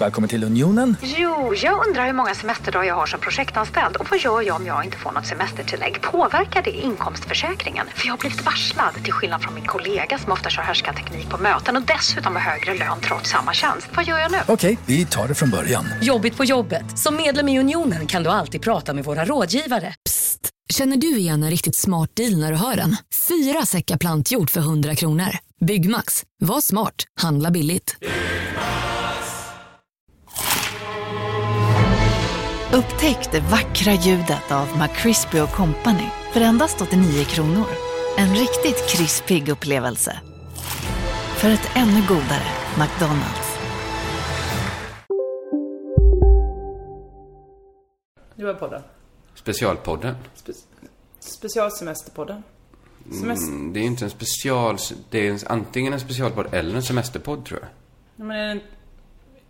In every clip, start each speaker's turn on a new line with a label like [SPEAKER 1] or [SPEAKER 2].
[SPEAKER 1] Välkommen till Unionen.
[SPEAKER 2] Jo, jag undrar hur många semesterdagar jag har som projektanställd och vad gör jag om jag inte får något semestertillägg? Påverkar det inkomstförsäkringen? För jag har blivit varslad, till skillnad från min kollega som ofta kör teknik på möten och dessutom har högre lön trots samma tjänst. Vad gör jag nu?
[SPEAKER 1] Okej, vi tar det från början.
[SPEAKER 3] Jobbigt på jobbet. Som medlem i Unionen kan du alltid prata med våra rådgivare.
[SPEAKER 4] Psst! Känner du igen en riktigt smart deal när du hör den? Fyra säckar plantjord för 100 kronor. Byggmax. Var smart. Handla billigt.
[SPEAKER 5] Upptäck det vackra ljudet av McCrispy Company för endast 89 kronor. En riktigt krispig upplevelse. För ett ännu godare McDonalds.
[SPEAKER 6] Nu var podden.
[SPEAKER 7] Specialpodden.
[SPEAKER 6] Spe- specialsemesterpodden. Semester...
[SPEAKER 7] Mm, det är inte en special... Det är en, antingen en specialpodd eller en semesterpodd, tror jag.
[SPEAKER 6] Nej, Men är,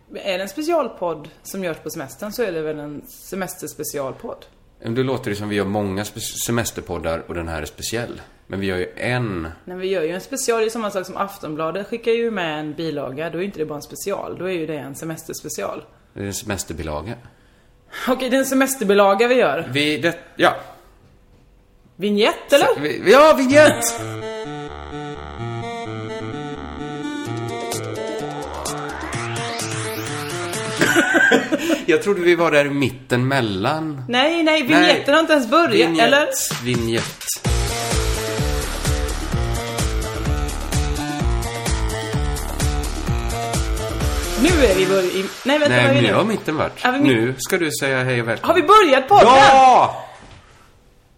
[SPEAKER 6] det en, är det en specialpodd som görs på semestern så är det väl en semesterspecialpodd.
[SPEAKER 7] Men Då låter det som vi gör många spe- semesterpoddar och den här är speciell. Men vi gör ju en...
[SPEAKER 6] Men vi gör ju en special, det är samma sak som Aftonbladet skickar ju med en bilaga. Då är inte det bara en special, då är ju det en semesterspecial.
[SPEAKER 7] Det är en semesterbilaga.
[SPEAKER 6] Okej, det är en semesterbilaga vi gör.
[SPEAKER 7] Vi... Det, ja.
[SPEAKER 6] Vignett eller?
[SPEAKER 7] Vi, ja, vinjett! jag trodde vi var där i mitten mellan...
[SPEAKER 6] Nej, nej, vignetten
[SPEAKER 7] Nej.
[SPEAKER 6] har inte ens börjat,
[SPEAKER 7] Vinjett,
[SPEAKER 6] eller?
[SPEAKER 7] Vinjett.
[SPEAKER 6] Nu är vi börjat i... Nej, vänta, vad är
[SPEAKER 7] Nej,
[SPEAKER 6] vi
[SPEAKER 7] nu har
[SPEAKER 6] nu?
[SPEAKER 7] mitten varit.
[SPEAKER 6] Har vi mitt-
[SPEAKER 7] Nu ska du säga hej och välkommen.
[SPEAKER 6] Har vi börjat podden?
[SPEAKER 7] Ja!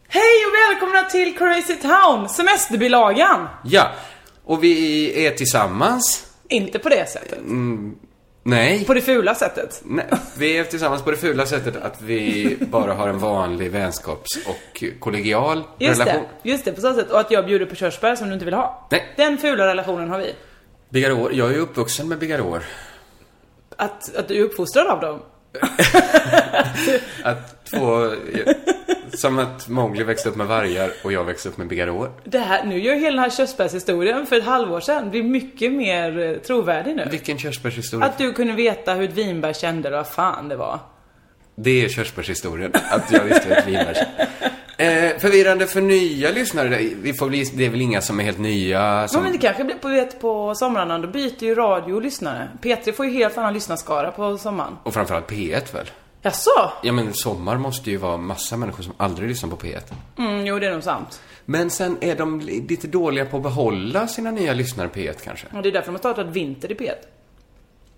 [SPEAKER 6] Hej och välkomna till Crazy Town, semesterbilagan!
[SPEAKER 7] Ja. Och vi är tillsammans.
[SPEAKER 6] Inte på det sättet.
[SPEAKER 7] Nej.
[SPEAKER 6] På det fula sättet.
[SPEAKER 7] Nej. Vi är tillsammans på det fula sättet att vi bara har en vanlig vänskaps och kollegial
[SPEAKER 6] Just
[SPEAKER 7] relation.
[SPEAKER 6] det, just det, på så sätt. Och att jag bjuder på körsbär som du inte vill ha.
[SPEAKER 7] Nej.
[SPEAKER 6] Den fula relationen har vi.
[SPEAKER 7] Bigarår. Jag är ju uppvuxen med Bigarår.
[SPEAKER 6] Att, att du är uppfostrad av dem.
[SPEAKER 7] Att två... Som att Mowgli växte upp med vargar och jag växte upp med Bigarår.
[SPEAKER 6] Det här, nu gör hela den här körsbärshistorien för ett halvår sedan blir mycket mer eh, trovärdig nu.
[SPEAKER 7] Vilken körsbärshistoria.
[SPEAKER 6] Att du kunde veta hur ett vinbär kände eller vad fan det var.
[SPEAKER 7] Det är körsbärshistorien, att jag visste ett vinbärs. Eh, förvirrande för nya lyssnare. Vi får bli, det är väl inga som är helt nya som...
[SPEAKER 6] Ja, men det kanske blir på, vet, på somrarna, då byter ju radio och lyssnare. Petri får ju helt annan lyssnarskara på sommaren.
[SPEAKER 7] Och framförallt P1 väl?
[SPEAKER 6] Jaså?
[SPEAKER 7] Ja men sommar måste ju vara massa människor som aldrig lyssnar på P1.
[SPEAKER 6] Mm, jo det är nog sant.
[SPEAKER 7] Men sen är de li- lite dåliga på att behålla sina nya lyssnare P1 kanske.
[SPEAKER 6] Och det är därför de har startat Vinter i P1.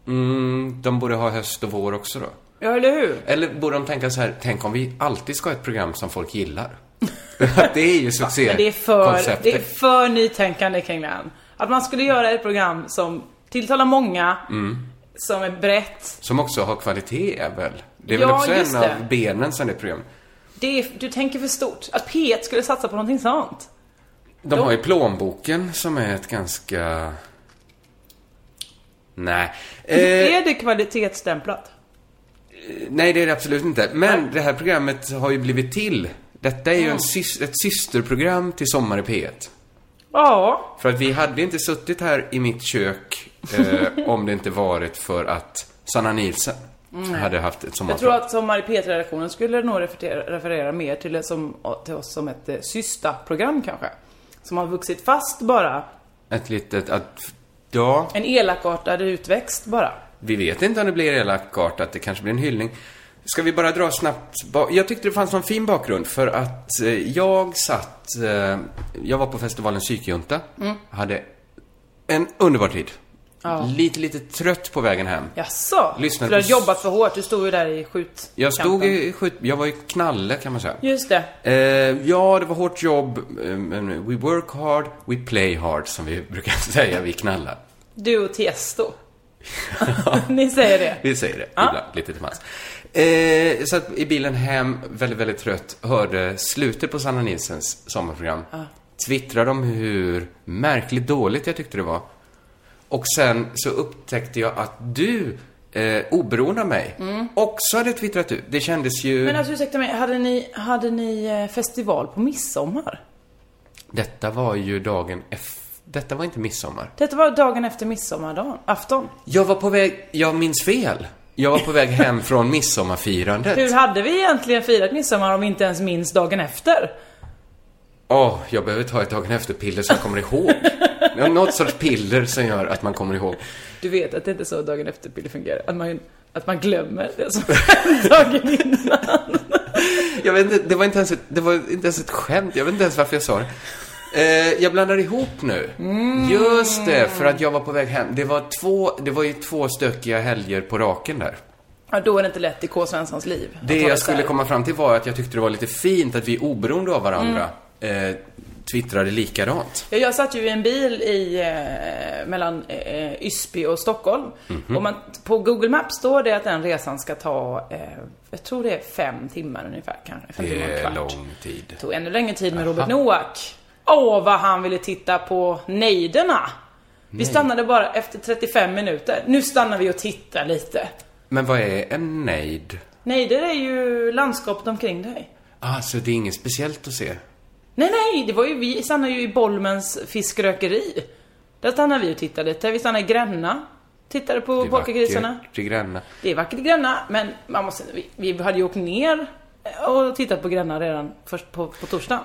[SPEAKER 7] Mm, de borde ha höst och vår också då.
[SPEAKER 6] Ja, eller hur?
[SPEAKER 7] Eller borde de tänka så här, tänk om vi alltid ska ha ett program som folk gillar. Att det är ju
[SPEAKER 6] Men det är
[SPEAKER 7] succékonceptet.
[SPEAKER 6] för, det är för nytänkande kring den. Att man skulle göra ett program som tilltalar många,
[SPEAKER 7] Mm.
[SPEAKER 6] som är brett.
[SPEAKER 7] Som också har kvalitet är väl? Det är väl
[SPEAKER 6] Ja,
[SPEAKER 7] också
[SPEAKER 6] just
[SPEAKER 7] en
[SPEAKER 6] det.
[SPEAKER 7] av benen sen det programmet.
[SPEAKER 6] Det är, du tänker för stort. Att P1 skulle satsa på någonting sånt.
[SPEAKER 7] De har ju plånboken som är ett ganska... Nej. Eh,
[SPEAKER 6] Är det kvalitetsstämplat?
[SPEAKER 7] nej, det är det absolut inte. Men det här programmet har ju blivit till. Detta är ju en sys- ett systerprogram till Sommar i P1.
[SPEAKER 6] Ja.
[SPEAKER 7] För att vi hade inte suttit här i mitt kök eh, om det inte varit för att Sanna Nielsen hade haft ett
[SPEAKER 6] Jag tror
[SPEAKER 7] sommarprat.
[SPEAKER 6] att Sommar i P1-redaktionen skulle nog referera, referera mer till, det som, till oss som ett eh, systa-program kanske. Som har vuxit fast bara.
[SPEAKER 7] Ett litet... Att, ja.
[SPEAKER 6] En elakartad utväxt bara.
[SPEAKER 7] Vi vet inte om det blir elakartat, det kanske blir en hyllning. Ska vi bara dra snabbt? ba- Jag tyckte det fanns någon fin bakgrund för att eh, jag satt... eh, Jag var på festivalen Psykjunta. Hade en underbar tid. Lite, lite trött på vägen hem.
[SPEAKER 6] Jaså?
[SPEAKER 7] Lyssna
[SPEAKER 6] För du har
[SPEAKER 7] på-
[SPEAKER 6] jobbat för hårt, du stod ju där i skjutkampen.
[SPEAKER 7] Jag stod i skjut... Jag var i knalle kan man säga.
[SPEAKER 6] Just det.
[SPEAKER 7] Eh, ja, det var hårt jobb. eh, men We work hard, we play hard, som vi brukar säga, vi knallar.
[SPEAKER 6] Du och Tiesto. Ni säger det.
[SPEAKER 7] Vi säger det ibland, lite till mans. Eh, så att i bilen hem, väldigt, väldigt trött, hörde slutet på Sanna Nilsens sommarprogram. Twittrade om hur märkligt dåligt jag tyckte det var. Och sen så upptäckte jag att du, eh, oberoende av mig, också hade twittrat ut. Det kändes ju...
[SPEAKER 6] Mm. Men alltså ursäkta mig, hade ni, hade ni eh, festival på midsommar?
[SPEAKER 7] Detta var ju dagen efter... Detta var inte midsommar.
[SPEAKER 6] Detta var dagen efter midsommardagen, afton.
[SPEAKER 7] Jag var på väg... Jag minns fel. Jag var på väg hem från midsommarfirandet.
[SPEAKER 6] Hur hade vi egentligen firat midsommar om vi inte ens minns dagen efter?
[SPEAKER 7] Åh, jag behöver ta ett dagen efter-piller så jag kommer ihåg. Jag har något sorts piller som gör att man kommer ihåg.
[SPEAKER 6] Du vet att det inte är så dagen efter-piller fungerar. Att man, att man glömmer det som hände dagen innan.
[SPEAKER 7] Jag vet inte, det var inte ens ett, det var inte ens ett skämt. Jag vet inte ens varför jag sa det. Eh, jag blandar ihop nu. Mm. Just det, för att jag var på väg hem. Det var två, det var ju två stökiga helger på raken där.
[SPEAKER 6] Ja, då är det inte lätt i K. Svenssons liv. att
[SPEAKER 7] Det
[SPEAKER 6] hålla
[SPEAKER 7] jag skulle
[SPEAKER 6] isär.
[SPEAKER 7] komma fram till var att jag tyckte det var lite fint att vi oberoende av varandra eh, twittrade likadant.
[SPEAKER 6] Ja, Jag satt ju i en bil i, eh, mellan eh, Ysby och Stockholm.
[SPEAKER 7] Mhm.
[SPEAKER 6] Och man, på Google Maps står det att den resan ska ta, eh, jag tror det är fem timmar ungefär. Kanske, fem
[SPEAKER 7] Det
[SPEAKER 6] timmar och en
[SPEAKER 7] är
[SPEAKER 6] kvart.
[SPEAKER 7] lång tid.
[SPEAKER 6] Det tog ännu längre tid med Robert Noack. Åh, vad han ville titta på nejderna! Vi stannade bara efter 35 minuter. Nu stannar vi och tittar lite.
[SPEAKER 7] Men vad är en nejd?
[SPEAKER 6] Nejder är ju landskapet omkring dig.
[SPEAKER 7] Ah, så det är inget speciellt att se?
[SPEAKER 6] Nej, nej, det var ju vi stannade ju i Bolmens fiskrökeri. Där stannade vi och tittade lite. Vi stannade i Gränna. Tittade på polkagrisarna.
[SPEAKER 7] vackert i Gränna.
[SPEAKER 6] Det är vackert i Gränna, men man måste, vi, vi hade ju åkt ner och tittat på Gränna redan först på, på torsdagen.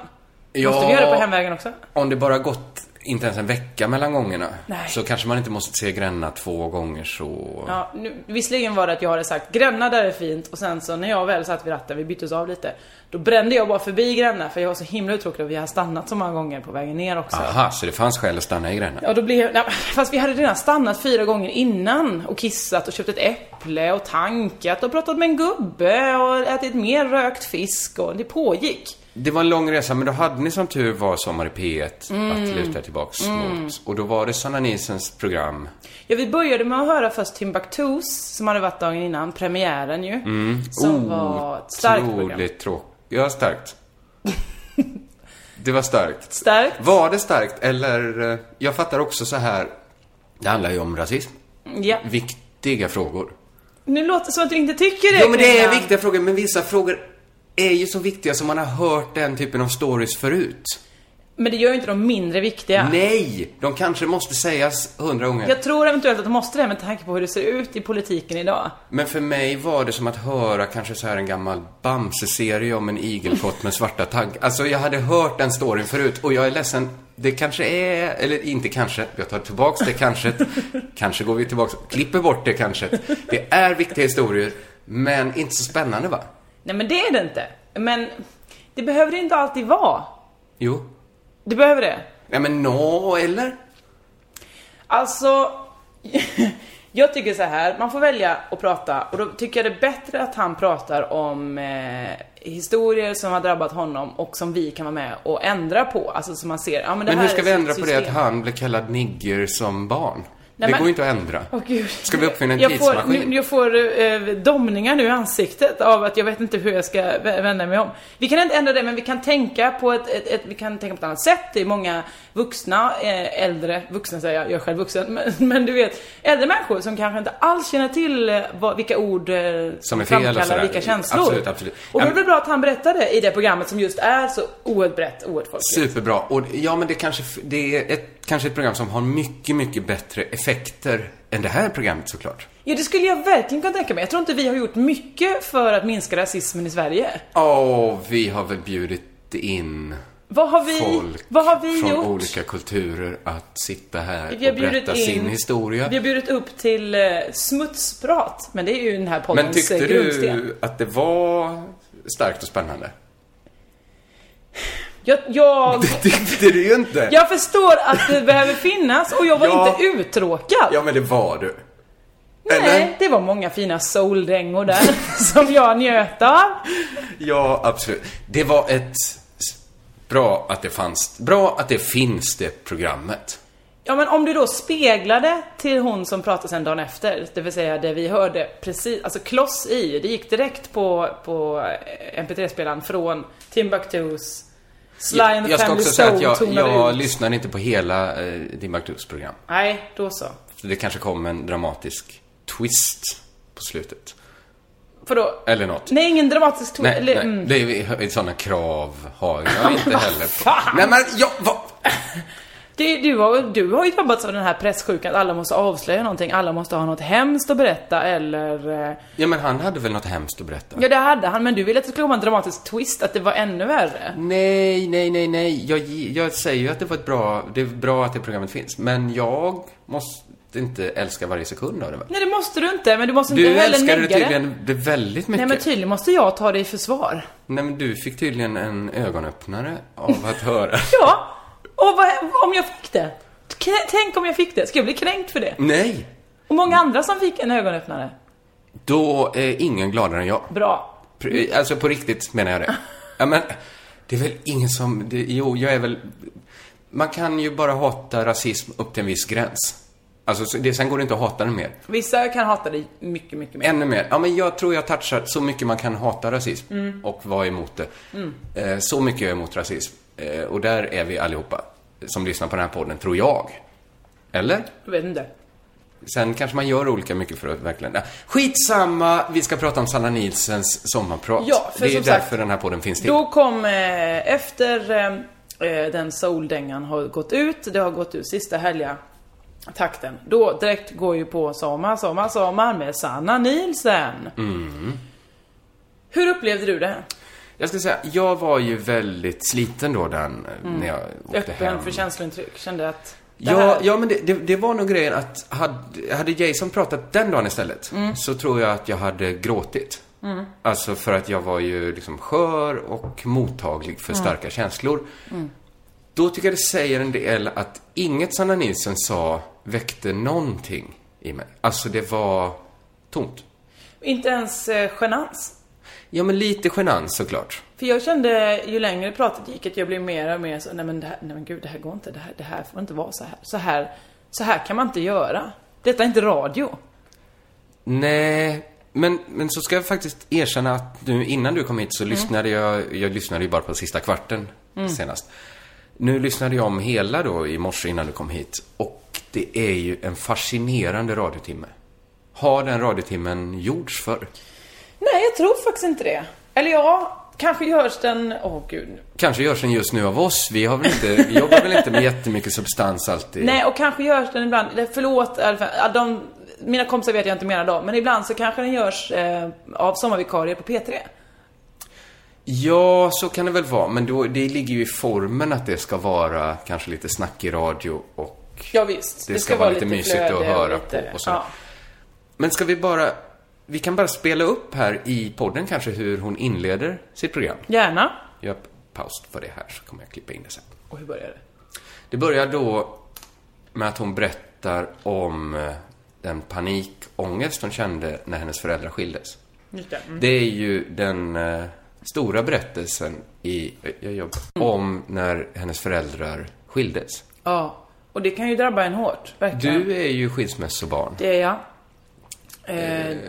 [SPEAKER 7] Ja.
[SPEAKER 6] Måste vi göra det på hemvägen också?
[SPEAKER 7] Om det bara gått inte ens en vecka mellan gångerna
[SPEAKER 6] Nej.
[SPEAKER 7] så kanske man inte måste se Gränna två gånger så...
[SPEAKER 6] Ja, nu, visserligen var det att jag hade sagt Gränna där är fint och sen så när jag väl satt vid ratten, vi byttes av lite. Då brände jag bara förbi Gränna för jag var så himla uttråkad och vi har stannat så många gånger på vägen ner också.
[SPEAKER 7] Aha, så det fanns skäl att stanna i Gränna.
[SPEAKER 6] Ja, då blev, nej, fast vi hade redan stannat fyra gånger innan och kissat och köpt ett äpple och tankat och pratat med en gubbe och ätit mer rökt fisk och det pågick.
[SPEAKER 7] Det var en lång resa, men då hade ni som tur var Sommar i P1
[SPEAKER 6] Mm.
[SPEAKER 7] att luta tillbaks mot. Och då var det Sanna Nilsens program.
[SPEAKER 6] Ja, vi började med att höra först Timbuktus som hade varit dagen innan, premiären ju. Som var ett starkt program.
[SPEAKER 7] Mm. Oh, Otroligt tråkigt. Ja, starkt. det var starkt.
[SPEAKER 6] Starkt.
[SPEAKER 7] Var det starkt eller... eh, Jag fattar också så här. Det handlar ju om rasism.
[SPEAKER 6] Ja.
[SPEAKER 7] Viktiga frågor.
[SPEAKER 6] Nu låter det som att du inte tycker det
[SPEAKER 7] Jo, men det är
[SPEAKER 6] Christian.
[SPEAKER 7] viktiga frågor, men vissa frågor är ju så viktiga som man har hört den typen av stories förut.
[SPEAKER 6] Men det gör ju inte de mindre viktiga.
[SPEAKER 7] Nej! De kanske måste sägas hundra gånger.
[SPEAKER 6] Jag tror eventuellt att de måste det med tanke på hur det ser ut i politiken idag.
[SPEAKER 7] Men för mig var det som att höra kanske så här en gammal Bamse-serie om en igelkott med svarta tagg. Alltså, jag hade hört den storyn förut och jag är ledsen. Det kanske är, eller inte kanske, jag tar tillbaks det kanske. kanske går vi tillbaks, klipper bort det kanske. Det är viktiga historier, men inte så spännande va?
[SPEAKER 6] Nej men det är det inte. Men det behöver det inte alltid vara.
[SPEAKER 7] Jo.
[SPEAKER 6] Det behöver det.
[SPEAKER 7] Nej men nå, eller?
[SPEAKER 6] Alltså, jag tycker så här, man får välja att prata och då tycker jag det är bättre att han pratar om eh, historier som har drabbat honom och som vi kan vara med och ändra på. Alltså som man ser, ja men det
[SPEAKER 7] Men
[SPEAKER 6] här
[SPEAKER 7] hur ska
[SPEAKER 6] är
[SPEAKER 7] vi
[SPEAKER 6] ett
[SPEAKER 7] ändra på det att
[SPEAKER 6] system.
[SPEAKER 7] han blev kallad nigger som barn?
[SPEAKER 6] Nej,
[SPEAKER 7] det
[SPEAKER 6] men-
[SPEAKER 7] går inte att ändra.
[SPEAKER 6] Åh, gud.
[SPEAKER 7] Ska vi uppfinna en
[SPEAKER 6] jag får,
[SPEAKER 7] tidsmaskin?
[SPEAKER 6] nu- Jag får eh, domningar nu i ansiktet av att jag vet inte hur jag ska vä- vända mig om. Vi kan inte ändra det, men vi kan tänka på ett, ett, ett, vi kan tänka på ett annat sätt. Det är många vuxna, eh, äldre, vuxna säger jag, jag är själv vuxen, men, men du vet, äldre människor som kanske inte alls känner till eh, vad, vilka ord eh,
[SPEAKER 7] Som är fel och
[SPEAKER 6] framkallar
[SPEAKER 7] sådär.
[SPEAKER 6] vilka känslor.
[SPEAKER 7] Absolut, absolut.
[SPEAKER 6] Och då är
[SPEAKER 7] Ja,
[SPEAKER 6] det bra att han berättade i det programmet som just är så oerhört brett, oerhört folkligt.
[SPEAKER 7] Superbra. Och ja, men det kanske, f- det är ett, kanske ett program som har mycket, mycket bättre effekter än det här programmet såklart.
[SPEAKER 6] Ja, det skulle jag verkligen kunna tänka mig. Jag tror inte vi har gjort mycket för att minska rasismen i Sverige.
[SPEAKER 7] Åh, vi har väl bjudit in
[SPEAKER 6] Vad har vi,
[SPEAKER 7] folk
[SPEAKER 6] vad har vi
[SPEAKER 7] från
[SPEAKER 6] gjort?
[SPEAKER 7] olika kulturer att sitta här
[SPEAKER 6] vi har
[SPEAKER 7] och berätta
[SPEAKER 6] bjudit in,
[SPEAKER 7] sin historia.
[SPEAKER 6] Vi har bjudit upp till eh, smutsprat, men det är ju den här
[SPEAKER 7] Men
[SPEAKER 6] poddens
[SPEAKER 7] tyckte
[SPEAKER 6] eh, grundsten.
[SPEAKER 7] du att det var starkt och spännande?
[SPEAKER 6] Jag, jag,
[SPEAKER 7] Det tyckte du ju inte!
[SPEAKER 6] jag förstår att det behöver finnas och jag var
[SPEAKER 7] Ja.
[SPEAKER 6] inte uttråkad.
[SPEAKER 7] ja men det var du. Eller?
[SPEAKER 6] Nej, det var många fina soldängor där som jag njöt av.
[SPEAKER 7] Ja, absolut. Det var ett... Bra att det fanns... Bra att det finns det programmet.
[SPEAKER 6] Ja men om du då speglade till hon som pratade sen dagen efter, det vill säga det vi hörde precis, alltså kloss i, det gick direkt på, på eh, mp3-spelaren från Timbuktus Sly and the
[SPEAKER 7] jag ska
[SPEAKER 6] Family
[SPEAKER 7] också säga att
[SPEAKER 6] Stone
[SPEAKER 7] jag,
[SPEAKER 6] tonade
[SPEAKER 7] jag
[SPEAKER 6] ut.
[SPEAKER 7] lyssnade inte på hela eh, Timbuktus program.
[SPEAKER 6] Nej, då så.
[SPEAKER 7] Så det kanske kom en dramatisk twist på slutet.
[SPEAKER 6] För då,
[SPEAKER 7] Eller något.
[SPEAKER 6] nej ingen dramatisk ton,
[SPEAKER 7] Nej,
[SPEAKER 6] eller,
[SPEAKER 7] nej,
[SPEAKER 6] Mm.
[SPEAKER 7] det är, sådana krav har jag inte heller. På.
[SPEAKER 6] fan!
[SPEAKER 7] Nej men jag, vad?
[SPEAKER 6] Det, du, har, du har ju drabbats av den här presssjukan, att alla måste avslöja någonting, alla måste ha något hemskt att berätta eller... eh,
[SPEAKER 7] Ja, men han hade väl något hemskt att berätta?
[SPEAKER 6] Ja, det hade han, men du ville att det skulle komma en dramatisk twist, att det var ännu värre.
[SPEAKER 7] Nej, nej, nej, nej. Jag, gi- jag säger ju att det var ett bra... Det är bra att det programmet finns. Men jag måste inte älska varje sekund av det, väl?
[SPEAKER 6] Nej, det måste du inte, men du måste inte
[SPEAKER 7] Du
[SPEAKER 6] heller
[SPEAKER 7] älskade det
[SPEAKER 6] negga det.
[SPEAKER 7] tydligen det väldigt mycket.
[SPEAKER 6] Nej, men tydligen måste jag ta dig i försvar.
[SPEAKER 7] Nej, men du fick tydligen en ögonöppnare av att höra.
[SPEAKER 6] Ja! Och vad, om jag fick det? K- Tänk om jag fick det? Ska jag bli kränkt för det?
[SPEAKER 7] nej!
[SPEAKER 6] Och många andra som fick en ögonöppnare.
[SPEAKER 7] Då är ingen gladare än jag.
[SPEAKER 6] Bra.
[SPEAKER 7] Pr- Alltså på riktigt menar jag det. Ja, men det är väl ingen som... Det, jo, jag är väl... Man kan ju bara hata rasism upp till en viss gräns. Alltså, så det, sen går det inte att hata den mer.
[SPEAKER 6] Vissa kan hata dig mycket, mycket mer.
[SPEAKER 7] Ännu mer. Ja, men jag tror jag touchar så mycket man kan hata rasism
[SPEAKER 6] Mm.
[SPEAKER 7] och vara emot det. Eh, så mycket jag är emot rasism. Eh, och där är vi allihopa som lyssnar på den här podden, tror jag. Eller?
[SPEAKER 6] Jag vet inte.
[SPEAKER 7] Sen kanske man gör olika mycket för att verkligen... Ja, Skitsamma, vi ska prata om Sanna Nielsens sommarprat.
[SPEAKER 6] Ja, för
[SPEAKER 7] det är
[SPEAKER 6] som
[SPEAKER 7] därför
[SPEAKER 6] sagt,
[SPEAKER 7] den här podden finns till.
[SPEAKER 6] Då kom, eh, efter eh, eh, den soldängan har gått ut, det har gått ut sista helga takten. Då direkt går ju på Sommar, Sommar, Sommar med Sanna Nielsen.
[SPEAKER 7] Mm.
[SPEAKER 6] Hur upplevde du det?
[SPEAKER 7] Jag ska säga, jag var ju väldigt sliten då den, när jag åkte hem.
[SPEAKER 6] Mm. Öppen för känslointryck, kände att det
[SPEAKER 7] Ja,
[SPEAKER 6] här-
[SPEAKER 7] ja, men det, det, det var nog grejen att hade, hade Jason pratat den dagen istället
[SPEAKER 6] Mm.
[SPEAKER 7] så tror jag att jag hade gråtit. Alltså för att jag var ju liksom skör och mottaglig för
[SPEAKER 6] Mm.
[SPEAKER 7] starka känslor. Då tycker jag det säger en del att inget Sanna Nilsson sa väckte någonting i mig. Alltså det var tomt.
[SPEAKER 6] Inte ens eh, genans.
[SPEAKER 7] Ja, men lite genant såklart.
[SPEAKER 6] För jag kände ju längre pratet gick att jag blev mer och mer så, nej men, det här, nej men gud det här går inte, det här, det här får inte vara så här. så här. Så här kan man inte göra. Detta är inte radio.
[SPEAKER 7] Nej, men, men så ska jag faktiskt erkänna att nu innan du kom hit så lyssnade jag, jag lyssnade ju bara på sista kvarten senast. Nu lyssnade jag om hela då i morse innan du kom hit och det är ju en fascinerande radiotimme. Har den radiotimmen gjorts förr?
[SPEAKER 6] Nej, jag tror faktiskt inte det. Eller ja, kanske görs den... Åh gud.
[SPEAKER 7] Kanske görs den just nu av oss. Vi, har väl inte, vi jobbar väl inte med jättemycket substans alltid.
[SPEAKER 6] Nej, och kanske görs den ibland... Eller förlåt, i alla fall, ja, de, mina kompisar vet jag inte mer då, men ibland så kanske den görs eh, av sommarvikarier på P3.
[SPEAKER 7] Ja, så kan det väl vara. Men då, det ligger ju i formen att det ska vara kanske lite snackig radio och
[SPEAKER 6] Ja, visst.
[SPEAKER 7] Det ska vara lite mysigt att
[SPEAKER 6] flöde och
[SPEAKER 7] höra
[SPEAKER 6] lite-
[SPEAKER 7] på och så.
[SPEAKER 6] ja.
[SPEAKER 7] Men ska vi bara... Vi kan bara spela upp här i podden kanske hur hon inleder sitt program.
[SPEAKER 6] Gärna.
[SPEAKER 7] Jag har paus för det här så kommer jag klippa in det sen.
[SPEAKER 6] Och hur börjar det?
[SPEAKER 7] Det börjar då med att hon berättar om eh, den panikångest hon kände när hennes föräldrar skildes.
[SPEAKER 6] Just det. Mm.
[SPEAKER 7] Det är ju den eh, stora berättelsen i, eh, jag jobbar,
[SPEAKER 6] Mm.
[SPEAKER 7] om när hennes föräldrar skildes.
[SPEAKER 6] Ja. Och det kan ju drabba en hårt, verkligen.
[SPEAKER 7] Du är ju skilsmässobarn.
[SPEAKER 6] Det är jag. Eh,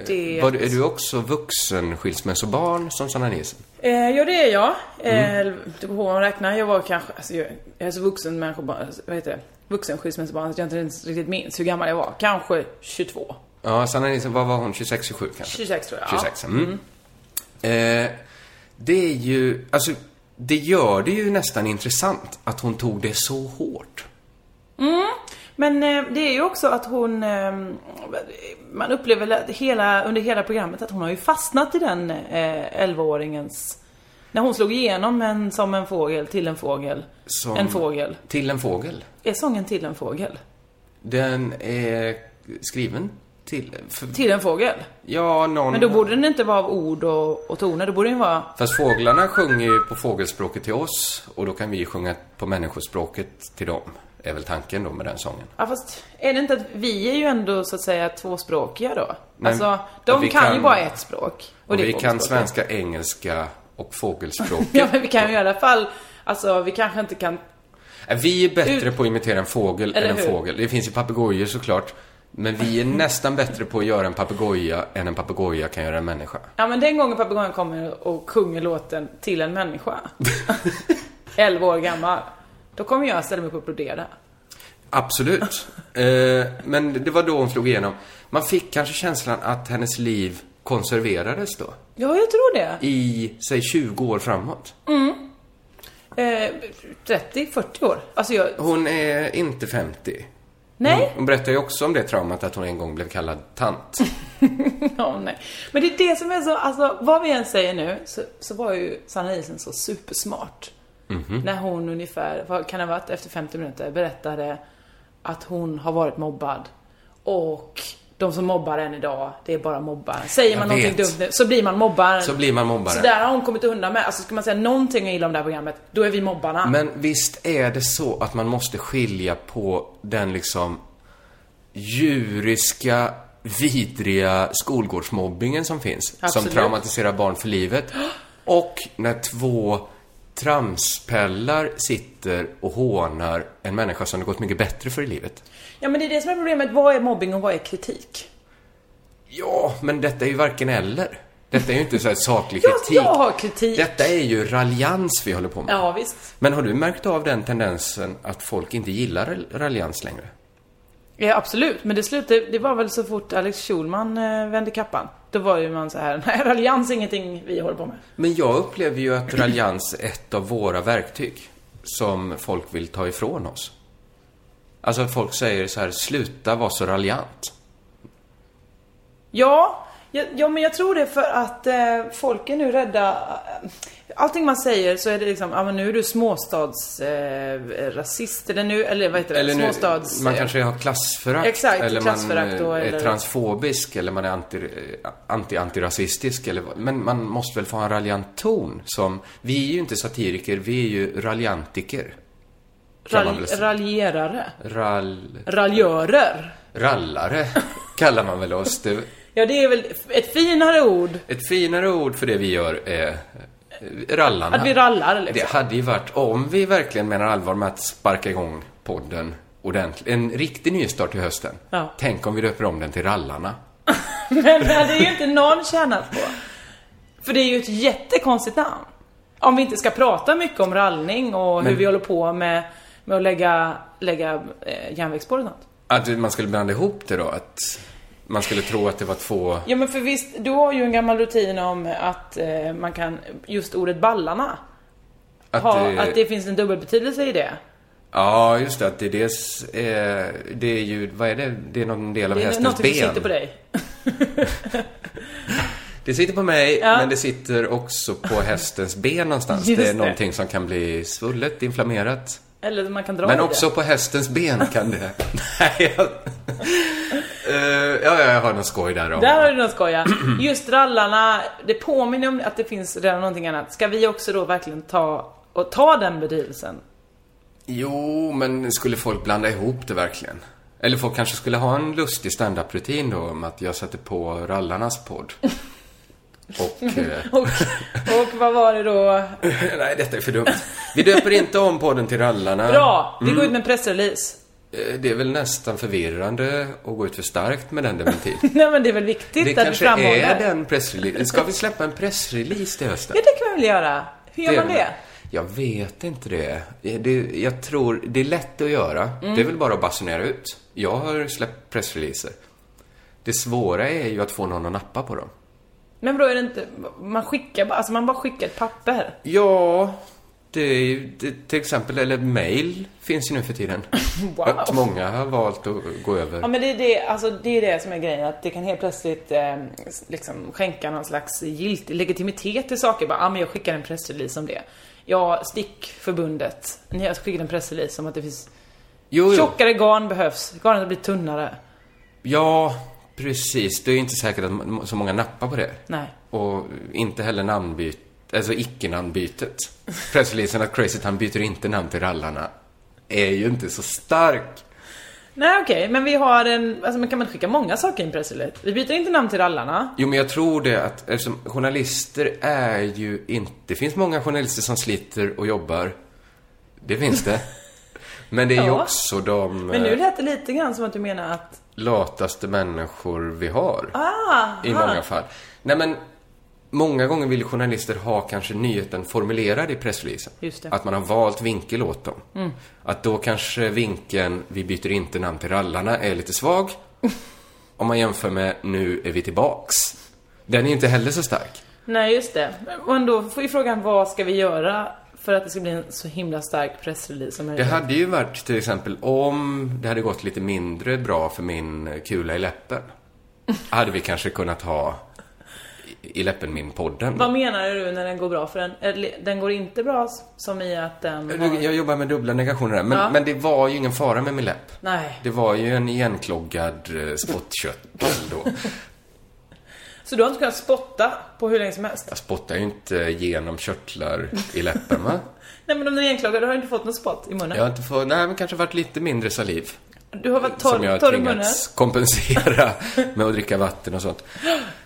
[SPEAKER 6] det...
[SPEAKER 7] Var, du- är du också vuxen skilsmässobarn som Sanna Nielsen?
[SPEAKER 6] Eh, ja, det är jag. Eh,
[SPEAKER 7] Mm.
[SPEAKER 6] Det går på vad man räknar. Jag var kanske... Alltså, jag, jag är så vuxen människa, bara- alltså, vad heter det? Vuxen skilsmässobarn så jag inte ens riktigt minns hur gammal jag var. Kanske 22.
[SPEAKER 7] Ja, Sanna Nilsson, vad var hon? 26, 27 kanske?
[SPEAKER 6] 26 tror jag.
[SPEAKER 7] 26, mm. Eh, det är ju, alltså, det gör det ju nästan intressant att hon tog det så hårt.
[SPEAKER 6] Men eh, det är ju också att hon... Eh, man upplever väl att hela, under hela programmet att hon har ju fastnat i den eh, 11-åringens... När hon slog igenom en, som en fågel till en fågel.
[SPEAKER 7] Som-
[SPEAKER 6] En fågel.
[SPEAKER 7] Till en fågel.
[SPEAKER 6] Är sången till en fågel?
[SPEAKER 7] Den är skriven till, för,
[SPEAKER 6] Till en fågel?
[SPEAKER 7] ja, någon...
[SPEAKER 6] Men då borde den inte vara av ord och, och toner, då borde den vara...
[SPEAKER 7] Fast fåglarna sjunger ju på fågelspråket till oss och då kan vi sjunga på människospråket till dem. Är väl tanken då med den sången.
[SPEAKER 6] Ja fast, är det inte att vi är ju ändå så att säga tvåspråkiga då?
[SPEAKER 7] Nej,
[SPEAKER 6] alltså,
[SPEAKER 7] men
[SPEAKER 6] de
[SPEAKER 7] vi
[SPEAKER 6] kan, ju
[SPEAKER 7] kan-
[SPEAKER 6] bara ett språk.
[SPEAKER 7] Och,
[SPEAKER 6] det är
[SPEAKER 7] vi kan
[SPEAKER 6] fågelspråket.
[SPEAKER 7] svenska, engelska och fågelspråket.
[SPEAKER 6] Ja men vi kan ju i alla fall, alltså vi kanske inte kan...
[SPEAKER 7] Nej, Äh, Vi är bättre
[SPEAKER 6] Ut-
[SPEAKER 7] på att imitera en fågel
[SPEAKER 6] Eller
[SPEAKER 7] än en
[SPEAKER 6] hur?
[SPEAKER 7] fågel. Det finns ju papegojor såklart. Men vi är nästan bättre på att göra en papegoja än en papegoja kan göra en människa.
[SPEAKER 6] Ja men den gången papegojan kommer och sjunger låten till en människa. 11 år gammal. Då kommer jag ställa mig upp och applådera.
[SPEAKER 7] Absolut. eh, men det var då hon slog igenom. Man fick kanske känslan att hennes liv konserverades då.
[SPEAKER 6] Ja, jag tror det.
[SPEAKER 7] I, säg 20 år framåt.
[SPEAKER 6] eh, 30-40 år. Alltså jag...
[SPEAKER 7] Hon är inte 50.
[SPEAKER 6] Nej.
[SPEAKER 7] Hon berättar ju också om det traumat att hon en gång blev kallad tant.
[SPEAKER 6] Ja, nej. Men det är det som är så, alltså vad vi än säger nu så, så var ju Sanna Nielsen så supersmart.
[SPEAKER 7] Mhm.
[SPEAKER 6] När hon ungefär, vad kan det ha varit, efter 50 minuter berättade att hon har varit mobbad. Och de som mobbar en idag, det är bara mobbar. Säger
[SPEAKER 7] Jag
[SPEAKER 6] man någonting
[SPEAKER 7] vet.
[SPEAKER 6] dumt nu, så blir man mobbaren.
[SPEAKER 7] Så blir man mobbare.
[SPEAKER 6] Så där har hon kommit undan med. Alltså ska man säga någonting illa om det här programmet, då är vi mobbarna.
[SPEAKER 7] Men visst är det så att man måste skilja på den liksom djuriska, vidriga skolgårdsmobbingen som finns,
[SPEAKER 6] Absolut.
[SPEAKER 7] som traumatiserar barn för livet, och när två tramspellar sitter och hånar en människa som det gått mycket bättre för i livet.
[SPEAKER 6] Ja men det är det som är problemet, vad är mobbing och vad är kritik?
[SPEAKER 7] Ja, men detta är ju varken eller. Detta är ju inte så här saklig
[SPEAKER 6] Jag-
[SPEAKER 7] kritik.
[SPEAKER 6] jag har kritik.
[SPEAKER 7] Detta är ju raljans vi håller på med.
[SPEAKER 6] Ja visst.
[SPEAKER 7] Men har du märkt av den tendensen att folk inte gillar raljans längre?
[SPEAKER 6] Ja, absolut. Men det slutade, det var väl så fort Alex Schulman eh, vände kappan. Då var ju man så här, nej raljans är ingenting vi håller på med.
[SPEAKER 7] Men jag upplever ju att raljans är ett av våra verktyg som folk vill ta ifrån oss. Alltså folk säger så här, sluta vara så raljant.
[SPEAKER 6] Ja, ja, ja men jag tror det för att eh, folk är nu rädda. eh, Allting man säger så är det liksom, ja men nu är du småstads eh, rasist eller nu, eller vad heter det?
[SPEAKER 7] Eller nu,
[SPEAKER 6] småstads...
[SPEAKER 7] man
[SPEAKER 6] eh,
[SPEAKER 7] kanske har klassförakt.
[SPEAKER 6] Exakt,
[SPEAKER 7] eller
[SPEAKER 6] klassförakt då,
[SPEAKER 7] man eh, är
[SPEAKER 6] eller-
[SPEAKER 7] transfobisk eller man är anti, eh, anti, antirasistisk. Eller, vad- men man måste väl få ha en raljant ton som, vi är ju inte satiriker, vi är ju raljantiker. Kan man
[SPEAKER 6] ralj-
[SPEAKER 7] väl säga.
[SPEAKER 6] raljerare.
[SPEAKER 7] Rall,
[SPEAKER 6] Raljörer.
[SPEAKER 7] rallare kallar man väl oss. Det,
[SPEAKER 6] Ja, det är väl ett finare ord.
[SPEAKER 7] Ett finare ord för det vi gör är eh, rallarna.
[SPEAKER 6] Att vi rallar liksom.
[SPEAKER 7] Det hade ju varit, om vi verkligen menar allvar med att sparka igång podden ordentligt, en riktig nystart till hösten.
[SPEAKER 6] Ja.
[SPEAKER 7] Tänk om vi döper om den till Rallarna.
[SPEAKER 6] Men det hade ju inte någon tjänat på. För det är ju ett jättekonstigt namn. Om vi inte ska prata mycket om rallning och hur vi håller på med, med att lägga, lägga eh, järnvägsspår och sånt.
[SPEAKER 7] Att man skulle blanda ihop det då, att man skulle tro att det var två...
[SPEAKER 6] Ja men för visst, du har ju en gammal rutin om att eh, man kan, just ordet ballarna,
[SPEAKER 7] Att,
[SPEAKER 6] ha,
[SPEAKER 7] det-
[SPEAKER 6] att det finns en dubbelbetydelse i det.
[SPEAKER 7] Ja, just det, att det är dels... Eh, det är ju, vad är det? Det är någon del av
[SPEAKER 6] Det är
[SPEAKER 7] hästens
[SPEAKER 6] något
[SPEAKER 7] ben.
[SPEAKER 6] som sitter på dig.
[SPEAKER 7] Det sitter på mig,
[SPEAKER 6] Ja.
[SPEAKER 7] men det sitter också på hästens ben någonstans.
[SPEAKER 6] Just
[SPEAKER 7] det är
[SPEAKER 6] det.
[SPEAKER 7] någonting som kan bli svullet, inflammerat.
[SPEAKER 6] Eller man kan dra i
[SPEAKER 7] Men
[SPEAKER 6] det.
[SPEAKER 7] också på hästens ben kan det. Nej, jag... Eh, ja, ja, jag har någon skoj där om.
[SPEAKER 6] Där har du något skoja. Just rallarna, det påminner om att det finns redan någonting annat. Ska vi också då verkligen ta, och ta den betydelsen?
[SPEAKER 7] Jo, men skulle folk blanda ihop det verkligen? Eller folk kanske skulle ha en lustig standup-rutin då om att jag sätter på rallarnas podd. Och... Eh,
[SPEAKER 6] Och, och vad var det då?
[SPEAKER 7] nej, detta är för dumt. Vi döper inte om podden till Rallarna.
[SPEAKER 6] Bra! Vi går
[SPEAKER 7] Mm.
[SPEAKER 6] ut med en pressrelease.
[SPEAKER 7] Eh, Det är väl nästan förvirrande att gå ut för starkt med den dementin.
[SPEAKER 6] Nej men det är väl viktigt
[SPEAKER 7] Det
[SPEAKER 6] att vi
[SPEAKER 7] kanske
[SPEAKER 6] framhåller.
[SPEAKER 7] är den pressreleasen. Ska vi släppa en pressrelease till hösten?
[SPEAKER 6] Ja det kan vi väl göra? Hur gör man
[SPEAKER 7] är väl-
[SPEAKER 6] det?
[SPEAKER 7] Jag vet inte det. det. Jag tror, det är lätt att göra.
[SPEAKER 6] Mm.
[SPEAKER 7] Det är väl bara att basunera ut. Jag har släppt pressreleaser. Det svåra är ju att få någon att nappa på dem.
[SPEAKER 6] Men då är det inte, man skickar bara, alltså man bara skickar ett papper.
[SPEAKER 7] Ja, det är ju det, till exempel, eller mail finns ju nu för tiden.
[SPEAKER 6] Wow.
[SPEAKER 7] Att många har valt att gå över.
[SPEAKER 6] Ja men det är det, alltså det är det som är grejen, att det kan helt plötsligt eh, liksom skänka någon slags giltig legitimitet till saker. Bara, ah, men jag skickar en pressrelease om det. Ja, stickförbundet, ni har skickat en pressrelease om att det finns
[SPEAKER 7] Jo, jo.
[SPEAKER 6] Tjockare garn behövs, garnet blir tunnare.
[SPEAKER 7] Ja, precis. Det är ju inte säkert att m- så många nappar på det.
[SPEAKER 6] Nej.
[SPEAKER 7] Och inte heller namnbyt, alltså icke-namnbytet. Pressreleasen att Crazy Town byter inte namn till rallarna är ju inte så stark.
[SPEAKER 6] Nej okej, men vi har en, alltså man kan man skicka många saker i en pressrelease? Vi byter inte namn till rallarna.
[SPEAKER 7] Jo, men jag tror det att eftersom journalister är ju inte... Det finns många journalister som sliter och jobbar. Det finns det. Men det är ju
[SPEAKER 6] Ja.
[SPEAKER 7] också de
[SPEAKER 6] Men nu
[SPEAKER 7] eh,
[SPEAKER 6] lät det lite grann som att du menar att,
[SPEAKER 7] lataste människor vi har.
[SPEAKER 6] ah,
[SPEAKER 7] I många fall. Nej men, många gånger vill journalister ha kanske nyheten formulerad i pressreleasen.
[SPEAKER 6] Just det. Mm.
[SPEAKER 7] Att man har valt vinkel åt dem. Att då kanske vinkeln “Vi byter inte namn till rallarna” är lite svag. om man jämför med “Nu är vi tillbaks”. Den är inte heller så stark.
[SPEAKER 6] nej just det. Men då får ju frågan, vad ska vi göra För att det ska bli en så himla stark pressrelease som
[SPEAKER 7] Det
[SPEAKER 6] möjligt.
[SPEAKER 7] hade ju varit till exempel om det hade gått lite mindre bra för min eh, kula i läppen. Hade vi kanske kunnat ha i, i läppen min podden.
[SPEAKER 6] Vad menar du när den går bra för den? Eller, Den går inte bra som i att den har...
[SPEAKER 7] Jag jobbar med dubbla negationer där, men, men det var ju ingen fara med min läpp.
[SPEAKER 6] Nej.
[SPEAKER 7] Det var ju en igenkloggad eh, spottkörtel då.
[SPEAKER 6] Så du har inte kunnat spotta på hur länge som helst?
[SPEAKER 7] Jag spottar ju inte genom körtlar i läppen va?
[SPEAKER 6] Nej men om den är enklagad, du har inte fått något spott i munnen?
[SPEAKER 7] Jag har inte fått, nej men kanske varit lite mindre saliv.
[SPEAKER 6] Du har varit
[SPEAKER 7] som jag
[SPEAKER 6] torr,
[SPEAKER 7] har
[SPEAKER 6] torr i munnen?
[SPEAKER 7] tvingats kompensera med att dricka vatten och sånt.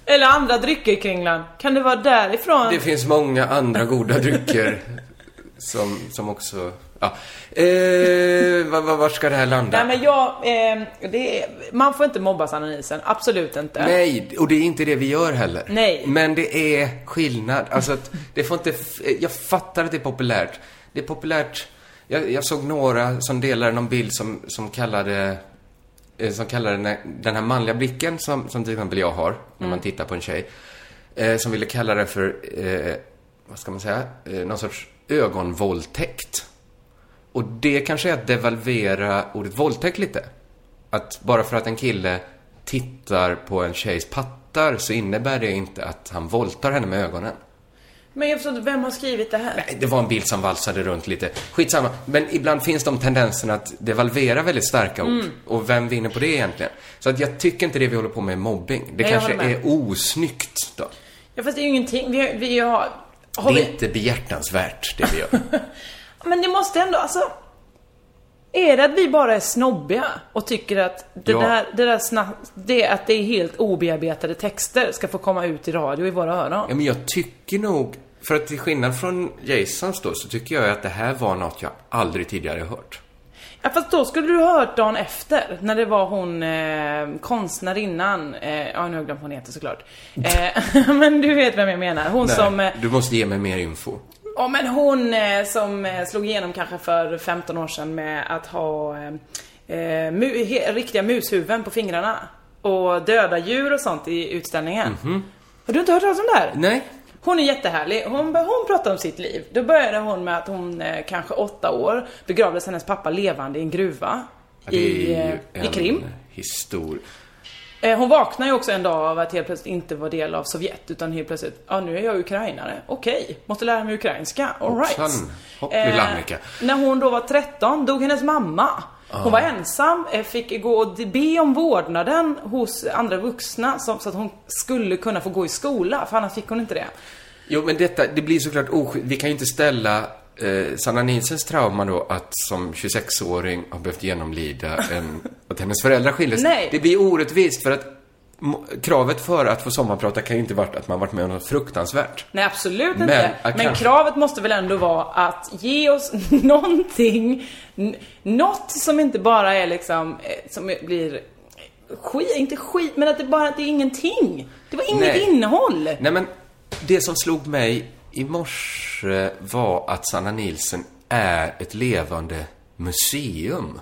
[SPEAKER 6] Eller andra drycker Kringlan? Kan det vara därifrån?
[SPEAKER 7] Det finns många andra goda drycker som, som också... Ja. Eh, var, var, var ska det här landa?
[SPEAKER 6] Nej men jag, eh, det är, man får inte mobba Sananisen, absolut inte.
[SPEAKER 7] Nej, och det är inte det vi gör heller.
[SPEAKER 6] Nej.
[SPEAKER 7] Men det är skillnad. Alltså att det får inte... f- Jag fattar att det är populärt. Det är populärt... Jag, jag såg några som delade någon bild som, som kallade... eh, Som kallade den här, den här manliga blicken som, som till exempel jag har när man tittar på en tjej. Eh, som ville kalla det för, eh, vad ska man säga, eh, någon sorts ögonvåldtäkt. Och det kanske är att devalvera ordet våldtäkt lite. Att bara för att en kille tittar på en tjejs pattar så innebär det inte att han våldtar henne med ögonen.
[SPEAKER 6] Men jag förstår inte, vem har skrivit det här?
[SPEAKER 7] Nej, det var en bild som valsade runt lite. Skitsamma. Men ibland finns de tendenserna att devalvera väldigt starka ord.
[SPEAKER 6] Mm.
[SPEAKER 7] Och vem vinner på det egentligen? Så att jag tycker inte det vi håller på med är mobbing. Det
[SPEAKER 6] Nej, jag
[SPEAKER 7] kanske
[SPEAKER 6] håller med.
[SPEAKER 7] är osnyggt då.
[SPEAKER 6] Ja fast det är ju ingenting, vi, har- vi har... har
[SPEAKER 7] det
[SPEAKER 6] vi,
[SPEAKER 7] är inte behjärtansvärt det vi gör.
[SPEAKER 6] Men det måste ändå, alltså... Är det att vi bara är snobbiga och tycker att det
[SPEAKER 7] Ja.
[SPEAKER 6] där, det där sna, det, att det är helt obearbetade texter ska få komma ut i radio i våra öron?
[SPEAKER 7] Ja, men jag tycker nog, för att till skillnad från Jasons då, så tycker jag att det här var något jag aldrig tidigare hört.
[SPEAKER 6] Ja, fast då skulle du ha hört dagen efter, när det var hon eh, konstnärinnan, eh, ja nu har jag glömt vad hon heter såklart. Eh, men du vet vem jag menar, hon som... Eh,
[SPEAKER 7] Du måste ge mig mer info.
[SPEAKER 6] Ja men hon eh, som eh, slog igenom kanske för 15 år sedan med att ha eh, eh, mu- he- riktiga mushuvuden på fingrarna. Och döda djur och sånt i utställningen.
[SPEAKER 7] Mhm.
[SPEAKER 6] Har du inte hört talas om det här?
[SPEAKER 7] Nej.
[SPEAKER 6] Hon är jättehärlig. Hon, bör- hon pratar om sitt liv. Då började hon med att hon, eh, kanske åtta år, begravdes hennes pappa levande i en gruva.
[SPEAKER 7] Ja,
[SPEAKER 6] I,
[SPEAKER 7] ju
[SPEAKER 6] eh, I Krim.
[SPEAKER 7] Histor...
[SPEAKER 6] Eh, Hon vaknar ju också en dag av att helt plötsligt inte vara del av Sovjet utan helt plötsligt, ja nu är jag ukrainare, okej, måste lära mig ukrainska, alright.
[SPEAKER 7] Hoppsan. Hopp, lilla Annika.
[SPEAKER 6] när hon då var 13 dog hennes mamma. Hon var
[SPEAKER 7] Ah.
[SPEAKER 6] ensam, eh, fick gå och be om vårdnaden hos andra vuxna som, så att hon skulle kunna få gå i skola, för annars fick hon inte det.
[SPEAKER 7] Jo, men detta, det blir såklart oskyldigt. Vi kan ju inte ställa eh, Sanna Nilsens trauma då att som 26-åring har behövt genomlida en, att hennes föräldrar skildes.
[SPEAKER 6] Nej.
[SPEAKER 7] Det blir orättvist för att mo- kravet för att få sommarprata kan ju inte varit att man varit med om något fruktansvärt.
[SPEAKER 6] Nej absolut
[SPEAKER 7] Men,
[SPEAKER 6] inte.
[SPEAKER 7] ja,
[SPEAKER 6] Men
[SPEAKER 7] kanske.
[SPEAKER 6] kravet måste väl ändå vara att ge oss någonting, n- något som inte bara är liksom, eh, som blir skit, inte skit, men att det bara att det är ingenting. Det var inget
[SPEAKER 7] Nej.
[SPEAKER 6] innehåll.
[SPEAKER 7] Nej, men det som slog mig i morse var att Sanna Nilsson är ett levande museum.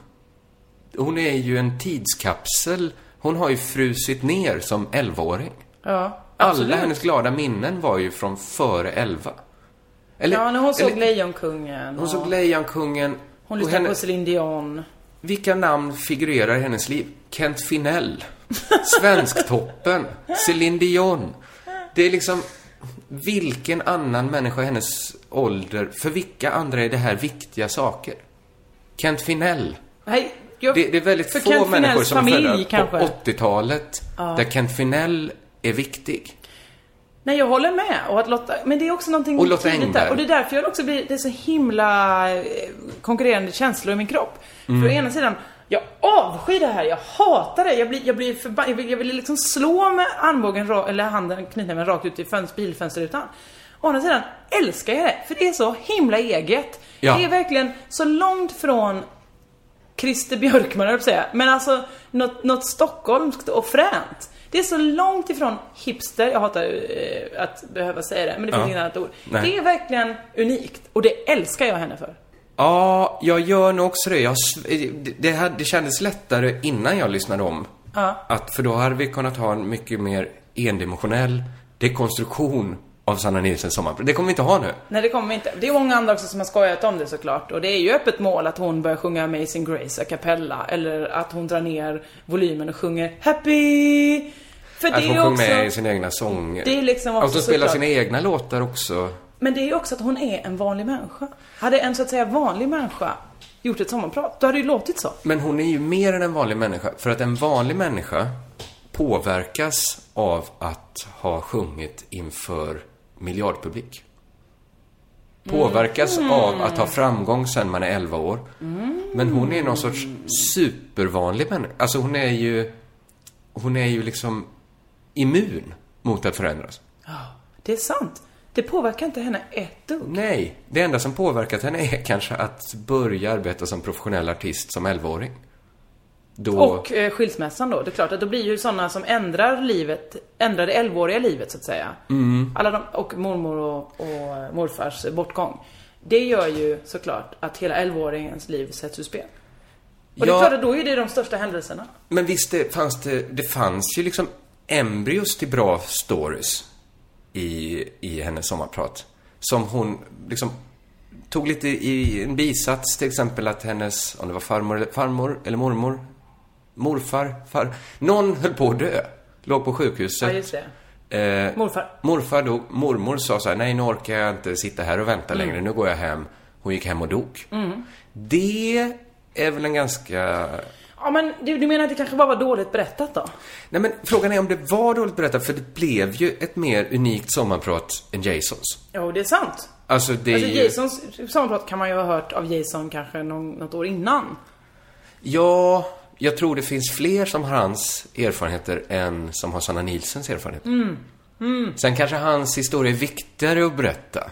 [SPEAKER 7] Hon är ju en tidskapsel. Hon har ju frusit ner som 11-åring.
[SPEAKER 6] Ja,
[SPEAKER 7] Alla hennes glada minnen var ju från före 11. Eller,
[SPEAKER 6] Ja, när hon såg
[SPEAKER 7] eller-
[SPEAKER 6] Lejonkungen.
[SPEAKER 7] Hon
[SPEAKER 6] och
[SPEAKER 7] såg Lejonkungen.
[SPEAKER 6] hon
[SPEAKER 7] och
[SPEAKER 6] lyssnade
[SPEAKER 7] henne-
[SPEAKER 6] på Céline Dion.
[SPEAKER 7] vilka namn figurerar i hennes liv? Kent Finell, Svensktoppen, Céline Dion. Det är liksom, vilken annan människa i hennes ålder, för vilka andra är det här viktiga saker? Kent Finell.
[SPEAKER 6] Nej, jag,
[SPEAKER 7] Det, det är väldigt
[SPEAKER 6] för
[SPEAKER 7] få
[SPEAKER 6] Kent
[SPEAKER 7] människor
[SPEAKER 6] Finells
[SPEAKER 7] som är födda
[SPEAKER 6] familj, kanske.
[SPEAKER 7] på 80-talet, där Kent Finell är viktig.
[SPEAKER 6] Nej, jag håller med. Och att Lotta, men det är också någonting
[SPEAKER 7] Och Lotta
[SPEAKER 6] tidigt
[SPEAKER 7] Engberg.
[SPEAKER 6] där. Och det är därför jag också blir, det är så himla eh, konkurrerande känslor i min kropp.
[SPEAKER 7] Mm.
[SPEAKER 6] För å ena sidan, jag avskyr det här, jag hatar det, jag blir, jag blir förbannad, jag vill, jag vill liksom slå med armbågen, ra- eller handen, knytnäven rakt ut i fönst, bilfönsterrutan. Å andra sidan älskar jag det, för det är så himla eget.
[SPEAKER 7] Ja.
[SPEAKER 6] Det är verkligen så långt från Christer Björkman, höll jag på att säga. Men alltså, något, något stockholmskt och fränt. Det är så långt ifrån hipster, jag hatar eh, att behöva säga det, men det finns inget annat ord.
[SPEAKER 7] Nej.
[SPEAKER 6] Det är verkligen unikt, och det älskar jag henne för.
[SPEAKER 7] Ja, jag gör nog också det. Jag, sv- eh, det- det, här, det kändes lättare innan jag lyssnade om. Att, för då hade vi kunnat ha en mycket mer endimensionell dekonstruktion av Sanna Nilsens sommarprat. Det kommer vi inte ha nu.
[SPEAKER 6] Nej, det kommer vi inte. Det är många andra också som har skojat om det såklart. Och det är ju öppet mål att hon börjar sjunga Amazing Grace a cappella. Eller att hon drar ner volymen och sjunger Happy! För
[SPEAKER 7] Att
[SPEAKER 6] det
[SPEAKER 7] hon
[SPEAKER 6] är
[SPEAKER 7] sjöng
[SPEAKER 6] också...
[SPEAKER 7] med i sina egna sånger.
[SPEAKER 6] Det är liksom
[SPEAKER 7] Att
[SPEAKER 6] också
[SPEAKER 7] hon spelar
[SPEAKER 6] såklart-
[SPEAKER 7] sina egna låtar också.
[SPEAKER 6] Men det är ju också att hon är en vanlig människa. Hade en så att säga vanlig människa gjort ett sommarprat, då hade det ju låtit så.
[SPEAKER 7] Men hon är ju mer än en vanlig människa. För att en vanlig människa påverkas av att ha sjungit inför miljardpublik. Påverkas av att ha framgång sedan man är 11 år. Men hon är någon sorts supervanlig människa. Alltså hon är ju... Hon är ju liksom immun mot att förändras.
[SPEAKER 6] Det är sant. Det påverkar inte henne ett dugg.
[SPEAKER 7] Nej, det enda som påverkat henne är kanske att börja arbeta som professionell artist som 11-åring. Då...
[SPEAKER 6] Och eh, skilsmässan då, det är klart att då blir ju sådana som ändrar livet, ändrar det 11-åriga livet så att säga.
[SPEAKER 7] Mm.
[SPEAKER 6] Alla de, och mormor och, och morfars bortgång. Det gör ju såklart att hela 11-åringens liv sätts ur spel. Och det är
[SPEAKER 7] Ja.
[SPEAKER 6] klart att då är det de största händelserna.
[SPEAKER 7] Men visst det fanns det, det fanns ju liksom embryos till bra stories i, i hennes sommarprat. Som hon liksom tog lite i en bisats till exempel att hennes, om det var farmor eller, farmor, eller mormor, morfar, far, någon höll på att dö. Låg på sjukhuset.
[SPEAKER 6] Ja, just det.
[SPEAKER 7] Eh,
[SPEAKER 6] Morfar.
[SPEAKER 7] Morfar dog. Mormor sa så här, nej nu orkar jag inte sitta här och vänta
[SPEAKER 6] Mm.
[SPEAKER 7] längre, nu går jag hem. Hon gick hem och dog. Det är väl en ganska...
[SPEAKER 6] Ja men du, du menar att det kanske bara var dåligt berättat då?
[SPEAKER 7] Nej men frågan är om det var dåligt berättat, för det blev ju ett mer unikt sommarprat än Jasons.
[SPEAKER 6] Jo, det är sant.
[SPEAKER 7] Alltså det är
[SPEAKER 6] Alltså
[SPEAKER 7] ju...
[SPEAKER 6] Jasons sommarprat kan man ju ha hört av Jason kanske någon, något år innan.
[SPEAKER 7] Ja, jag tror det finns fler som har hans erfarenheter än som har Sanna Nilsens erfarenheter.
[SPEAKER 6] Mm.
[SPEAKER 7] Sen kanske hans historia är viktigare att berätta.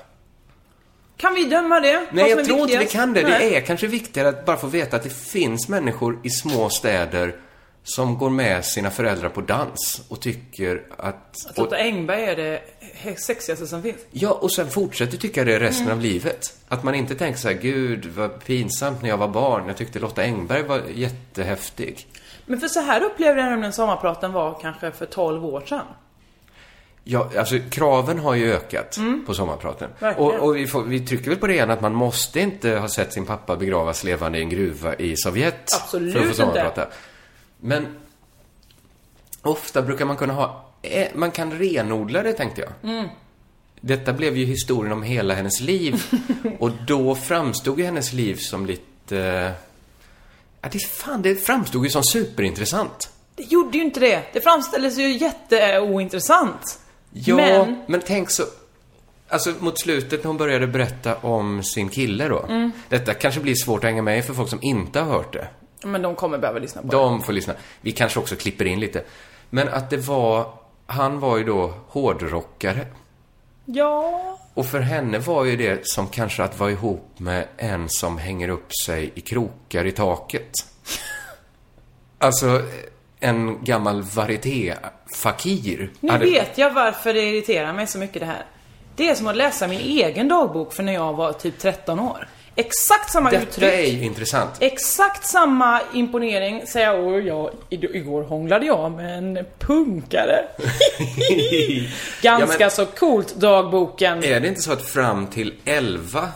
[SPEAKER 6] Kan vi döma det? Vad
[SPEAKER 7] Nej,
[SPEAKER 6] som är
[SPEAKER 7] jag tror inte vi
[SPEAKER 6] viktigast?
[SPEAKER 7] kan det.
[SPEAKER 6] Nej.
[SPEAKER 7] Det är kanske viktigare att bara få veta att det finns människor i små städer som går med sina föräldrar på dans och tycker att...
[SPEAKER 6] Att
[SPEAKER 7] Och,
[SPEAKER 6] Lotta Alltså, Engberg är det he- sexigaste som finns.
[SPEAKER 7] ja, och sen fortsätter tycka det resten av livet. Att man inte tänker så här, gud vad pinsamt när jag var barn. Jag tyckte Lotta Engberg var jättehäftig.
[SPEAKER 6] Men för så här upplevde jag nämligen sommarpraten var kanske för 12 år sedan.
[SPEAKER 7] Ja, alltså kraven har ju ökat på sommarpraten. Och,
[SPEAKER 6] Mm. Verkligen.
[SPEAKER 7] och vi, får, vi trycker väl på det igen att man måste inte ha sett sin pappa begravas levande i en gruva i Sovjet.
[SPEAKER 6] Absolut
[SPEAKER 7] för att få
[SPEAKER 6] inte.
[SPEAKER 7] sommarprata. Men ofta brukar man kunna ha, eh, man kan renodla det tänkte jag.
[SPEAKER 6] Mm.
[SPEAKER 7] Detta blev ju historien om hela hennes liv. och då framstod ju hennes liv som lite... eh, Ja, det, fan, det framstod ju som superintressant.
[SPEAKER 6] Det gjorde ju inte det. Det framställdes ju jätteointressant.
[SPEAKER 7] Ja,
[SPEAKER 6] Men-
[SPEAKER 7] men, tänk så... Alltså mot slutet när hon började berätta om sin kille då.
[SPEAKER 6] Mm.
[SPEAKER 7] Detta kanske blir svårt att hänga med i för folk som inte har hört det.
[SPEAKER 6] Men de kommer behöva lyssna på det.
[SPEAKER 7] De får lyssna. Vi kanske också klipper in lite. Men att det var... Han var ju då hårdrockare.
[SPEAKER 6] Ja.
[SPEAKER 7] Och för henne var ju det som kanske att vara ihop med en som hänger upp sig i krokar i taket. Alltså, en gammal varieté-fakir.
[SPEAKER 6] Nu
[SPEAKER 7] hade-
[SPEAKER 6] vet jag varför det irriterar mig så mycket det här. Det är som att läsa min egen dagbok för när jag var typ 13 år. Exakt samma
[SPEAKER 7] Detta
[SPEAKER 6] uttryck.
[SPEAKER 7] är ju intressant.
[SPEAKER 6] Exakt samma imponering säger jag, "Åh, jag i- igår hånglade jag med en punkare. Ganska
[SPEAKER 7] Ja, men- Eh.
[SPEAKER 6] så coolt dagboken.
[SPEAKER 7] Är det inte så att fram till 11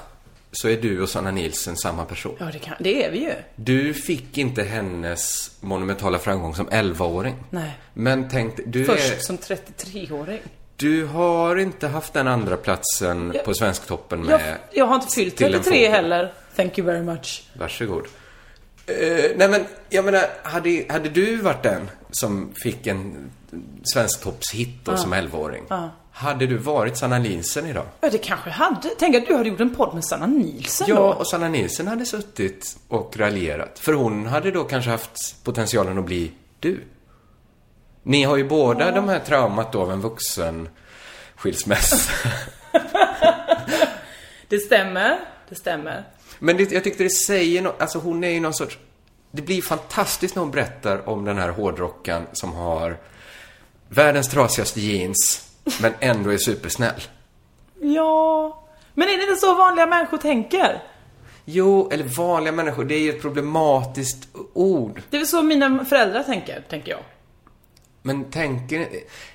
[SPEAKER 7] så är du och Sanna Nilsson samma person?
[SPEAKER 6] Ja det, kan, det är vi ju.
[SPEAKER 7] Du fick inte hennes monumentala framgång som 11-åring.
[SPEAKER 6] Nej.
[SPEAKER 7] Men tänk dig, du, är,
[SPEAKER 6] Först som 33-åring.
[SPEAKER 7] du har inte haft den andra platsen på Svensktoppen
[SPEAKER 6] Jag,
[SPEAKER 7] med...
[SPEAKER 6] jag har inte fyllt
[SPEAKER 7] till en
[SPEAKER 6] 33
[SPEAKER 7] fågel.
[SPEAKER 6] heller. Thank you very much.
[SPEAKER 7] Varsågod. Eh, nej men, jag menar, hade, hade du varit den som fick en Svensktoppshit då som 11-åring? Hade du varit Sanna Nilsson idag?
[SPEAKER 6] Ja det kanske jag hade. Tänk att du hade gjort en podd med Sanna Nilsson
[SPEAKER 7] Ja,
[SPEAKER 6] då.
[SPEAKER 7] och Sanna Nilsson hade suttit och raljerat. För hon hade då kanske haft potentialen att bli du. Ni har ju båda de här traumat då av en vuxen skilsmässa.
[SPEAKER 6] Det stämmer. Det stämmer.
[SPEAKER 7] Men det, jag tyckte det säger något, alltså hon är ju någon sorts... Det blir fantastiskt när hon berättar om den här hårdrockaren som har världens trasigaste jeans, men ändå är supersnäll.
[SPEAKER 6] Ja. Men är det inte så vanliga människor tänker?
[SPEAKER 7] Jo, eller vanliga människor, det är ju ett problematiskt ord.
[SPEAKER 6] Det är väl så mina föräldrar tänker, tänker jag.
[SPEAKER 7] Men tänker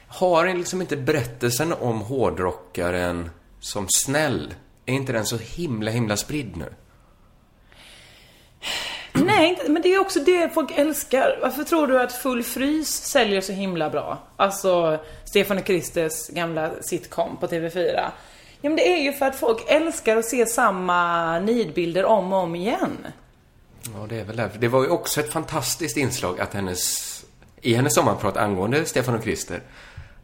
[SPEAKER 7] har liksom inte berättelsen om hårdrockaren som snäll, är inte den så himla, himla spridd nu?
[SPEAKER 6] Nej, inte- men det är också det folk älskar. Varför tror du att Full Frys säljer så himla bra? Alltså, Stefan och Christers gamla sitcom på TV4. Ja, men det är ju för att folk älskar att se samma nidbilder om och om igen.
[SPEAKER 7] Ja, det är väl därför. Det var ju också ett fantastiskt inslag att hennes, i hennes sommarprat angående Stefan och Christer,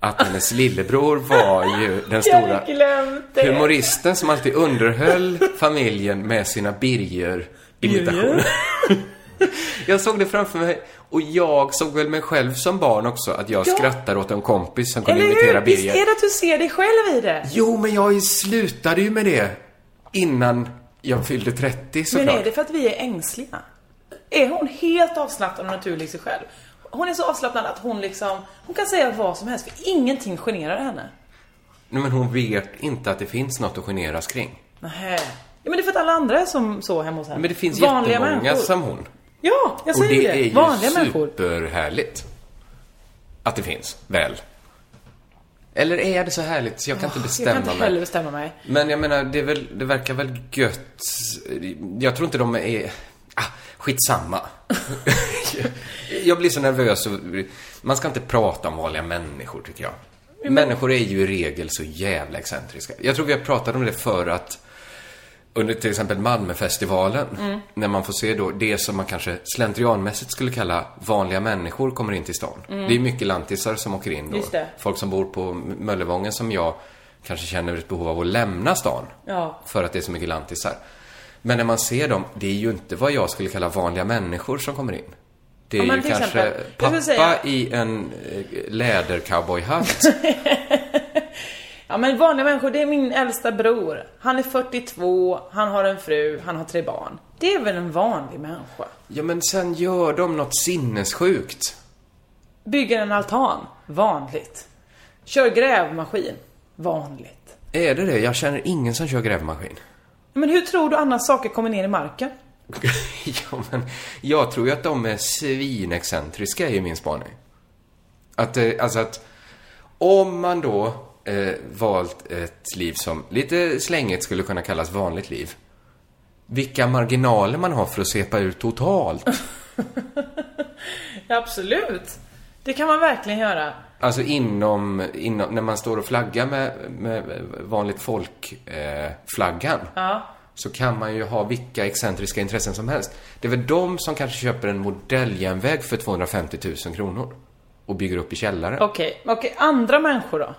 [SPEAKER 7] att hennes lillebror var ju den
[SPEAKER 6] Jag
[SPEAKER 7] stora
[SPEAKER 6] hade glömt det.
[SPEAKER 7] humoristen som alltid underhöll familjen med sina Birger-imitationer. jag såg det framför mig och jag såg väl mig själv som barn också, att jag
[SPEAKER 6] Ja.
[SPEAKER 7] skrattar åt en kompis som kunde
[SPEAKER 6] Eller
[SPEAKER 7] imitera
[SPEAKER 6] hur? Visst
[SPEAKER 7] Birger.
[SPEAKER 6] är det att du ser dig själv i det?
[SPEAKER 7] Jo, men jag slutade ju med det innan jag fyllde 30 såklart.
[SPEAKER 6] Men är det för att vi är ängsliga? Är hon helt avslappnad och naturlig i sig själv? Hon är så avslappnad att hon liksom, hon kan säga vad som helst för ingenting generar henne.
[SPEAKER 7] Nej, men hon vet inte att det finns något att generas kring.
[SPEAKER 6] Nähä. Ja men det är för att alla andra är som så hemma hos henne.
[SPEAKER 7] Men det finns
[SPEAKER 6] Vanliga
[SPEAKER 7] jättemånga
[SPEAKER 6] människor.
[SPEAKER 7] som hon.
[SPEAKER 6] Ja, jag
[SPEAKER 7] Och
[SPEAKER 6] säger
[SPEAKER 7] det
[SPEAKER 6] det.
[SPEAKER 7] är ju
[SPEAKER 6] Vanliga människor.
[SPEAKER 7] superhärligt. Att det finns, väl? Eller är det så härligt så jag kan inte
[SPEAKER 6] Ah, Jag
[SPEAKER 7] bestämma
[SPEAKER 6] kan inte
[SPEAKER 7] mig?
[SPEAKER 6] heller bestämma mig.
[SPEAKER 7] Men jag menar, det, är väl, det verkar väl gött. Jag tror inte de är... Ah, skitsamma. jag blir så nervös och... Man ska inte prata om vanliga människor, tycker jag. Människor är ju i regel så jävla excentriska. Jag tror vi har pratat om det för att under till exempel Malmöfestivalen, när man får se då det som man kanske slentrianmässigt skulle kalla vanliga människor kommer in till stan. Det är mycket lantisar som åker in då.
[SPEAKER 6] Mm. Just det.
[SPEAKER 7] Folk som bor på Möllevången som jag kanske känner ett behov av att lämna stan.
[SPEAKER 6] Ja.
[SPEAKER 7] För att det är så mycket lantisar. Men när man ser dem, det är ju inte vad jag skulle kalla vanliga människor som kommer in. Det är
[SPEAKER 6] Ja, men
[SPEAKER 7] ju
[SPEAKER 6] till
[SPEAKER 7] kanske
[SPEAKER 6] exempel, jag
[SPEAKER 7] pappa
[SPEAKER 6] skulle säga-
[SPEAKER 7] i en eh, lädercowboyhatt.
[SPEAKER 6] Ja men vanliga människor, det är min äldsta bror. Han är 42, han har en fru, han har tre barn. Det är väl en vanlig människa?
[SPEAKER 7] ja, men sen gör de något sinnessjukt.
[SPEAKER 6] Bygger en altan. Vanligt. Kör grävmaskin. Vanligt.
[SPEAKER 7] Är det det? Jag känner ingen som kör grävmaskin.
[SPEAKER 6] Men hur tror du annars saker kommer ner i marken?
[SPEAKER 7] ja, men jag tror ju att de är svinexcentriska i min spaning. Att, eh, alltså att om man då eh, valt ett liv som lite slängigt skulle kunna kallas vanligt liv. Vilka marginaler man har för att sepa ut totalt.
[SPEAKER 6] Ja, absolut. Det kan man verkligen göra.
[SPEAKER 7] Alltså inom, inom, när man står och flaggar med, med vanligt folk-flaggan. Eh, flaggan, Så kan man ju ha vilka excentriska intressen som helst. Det är väl de som kanske köper en modelljärnväg för 250 000 kronor. Och bygger upp i källaren.
[SPEAKER 6] Okej, okej. Andra människor då?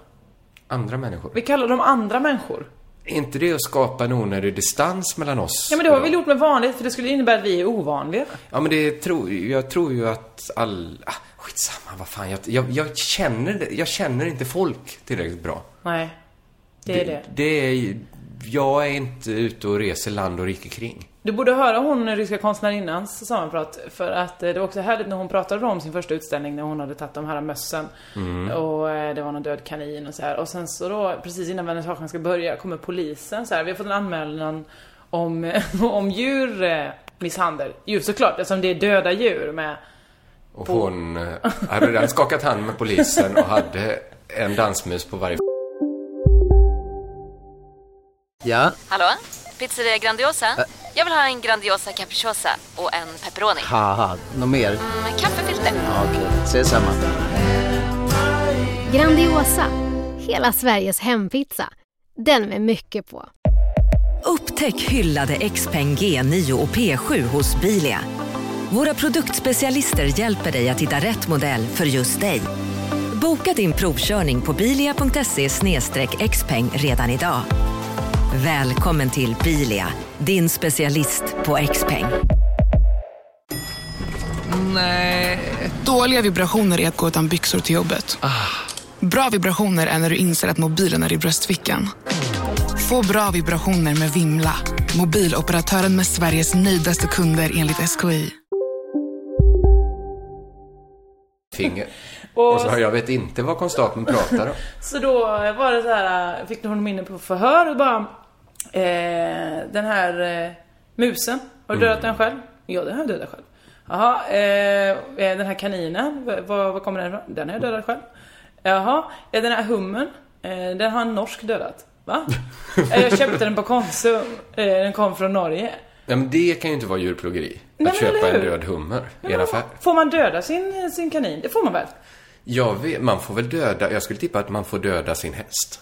[SPEAKER 7] Andra människor.
[SPEAKER 6] Vi kallar dem andra människor.
[SPEAKER 7] Är inte det att skapa en onödig distans mellan oss?
[SPEAKER 6] Ja, men det har
[SPEAKER 7] och
[SPEAKER 6] vi
[SPEAKER 7] dem?
[SPEAKER 6] gjort med vanligt, för det skulle innebära att vi är ovanliga.
[SPEAKER 7] Ja, men det tror jag tror ju att all... Ah, skitsamma, vad fan. Jag, jag, jag, känner, det- jag känner inte folk tillräckligt bra.
[SPEAKER 6] Nej. Det är det.
[SPEAKER 7] Det är ju- Jag är inte ute och reser land och rike kring.
[SPEAKER 6] Du borde höra hon ryska konstnärinnans sammanprat för att eh, det var också härligt när hon pratade om sin första utställning när hon hade tagit de här mössen och eh, det var någon död kanin och så här och sen så då precis innan vernissagen ska börja kommer polisen så här. Vi har fått en anmälan om, om djur eh, misshandel. Djur såklart eftersom det är döda djur med
[SPEAKER 7] Och hon eh, hade redan skakat hand med polisen och hade en dansmus på varje...
[SPEAKER 8] Ja,
[SPEAKER 9] Hallå? Pizzeria Grandiosa? Jag vill ha en Grandiosa capriciosa och en pepperoni.
[SPEAKER 8] haha, något mer?
[SPEAKER 9] Med kaffefilter.
[SPEAKER 8] Ja, Okej, ses samma.
[SPEAKER 10] Grandiosa, hela Sveriges hempizza. Den med mycket på.
[SPEAKER 11] Upptäck hyllade XPeng G9 och P7 hos Bilia. Våra produktspecialister hjälper dig att hitta rätt modell för just dig. Boka din provkörning på bilia.se xpeng redan idag. Välkommen till Bilia, din specialist på XPeng.
[SPEAKER 12] Dåliga vibrationer är att gå utan byxor till jobbet. Bra vibrationer är när du inser att mobilen är i bröstfickan. Få bra vibrationer med Vimla. Mobiloperatören med Sveriges nöjdaste kunder enligt SKI.
[SPEAKER 7] finger.
[SPEAKER 6] och
[SPEAKER 7] Och så, jag vet inte vad konstapeln pratar om.
[SPEAKER 6] Så då var det så här, fick hon minne på förhör och bara eh, Den här eh, musen, har du dödat
[SPEAKER 7] Mm.
[SPEAKER 6] den själv? Ja, den har jag dödat själv. eh, Jaha, eh, den här kaninen, v- var, var kommer den ifrån? Den har jag dödat själv. Jaha, eh, den här hummen, eh, den har en norsk dödat. Va? Eh, Jag köpte den på Konsum, eh, den kom från Norge.
[SPEAKER 7] Ja, men det kan ju inte vara djurplågeri.
[SPEAKER 6] Nej,
[SPEAKER 7] att
[SPEAKER 6] men
[SPEAKER 7] köpa
[SPEAKER 6] eller
[SPEAKER 7] en
[SPEAKER 6] hur?
[SPEAKER 7] död hummer i en affär.
[SPEAKER 6] Får man döda sin, sin kanin? Det får man väl?
[SPEAKER 7] Jag vet, man får väl döda, jag skulle tippa att man får döda sin häst.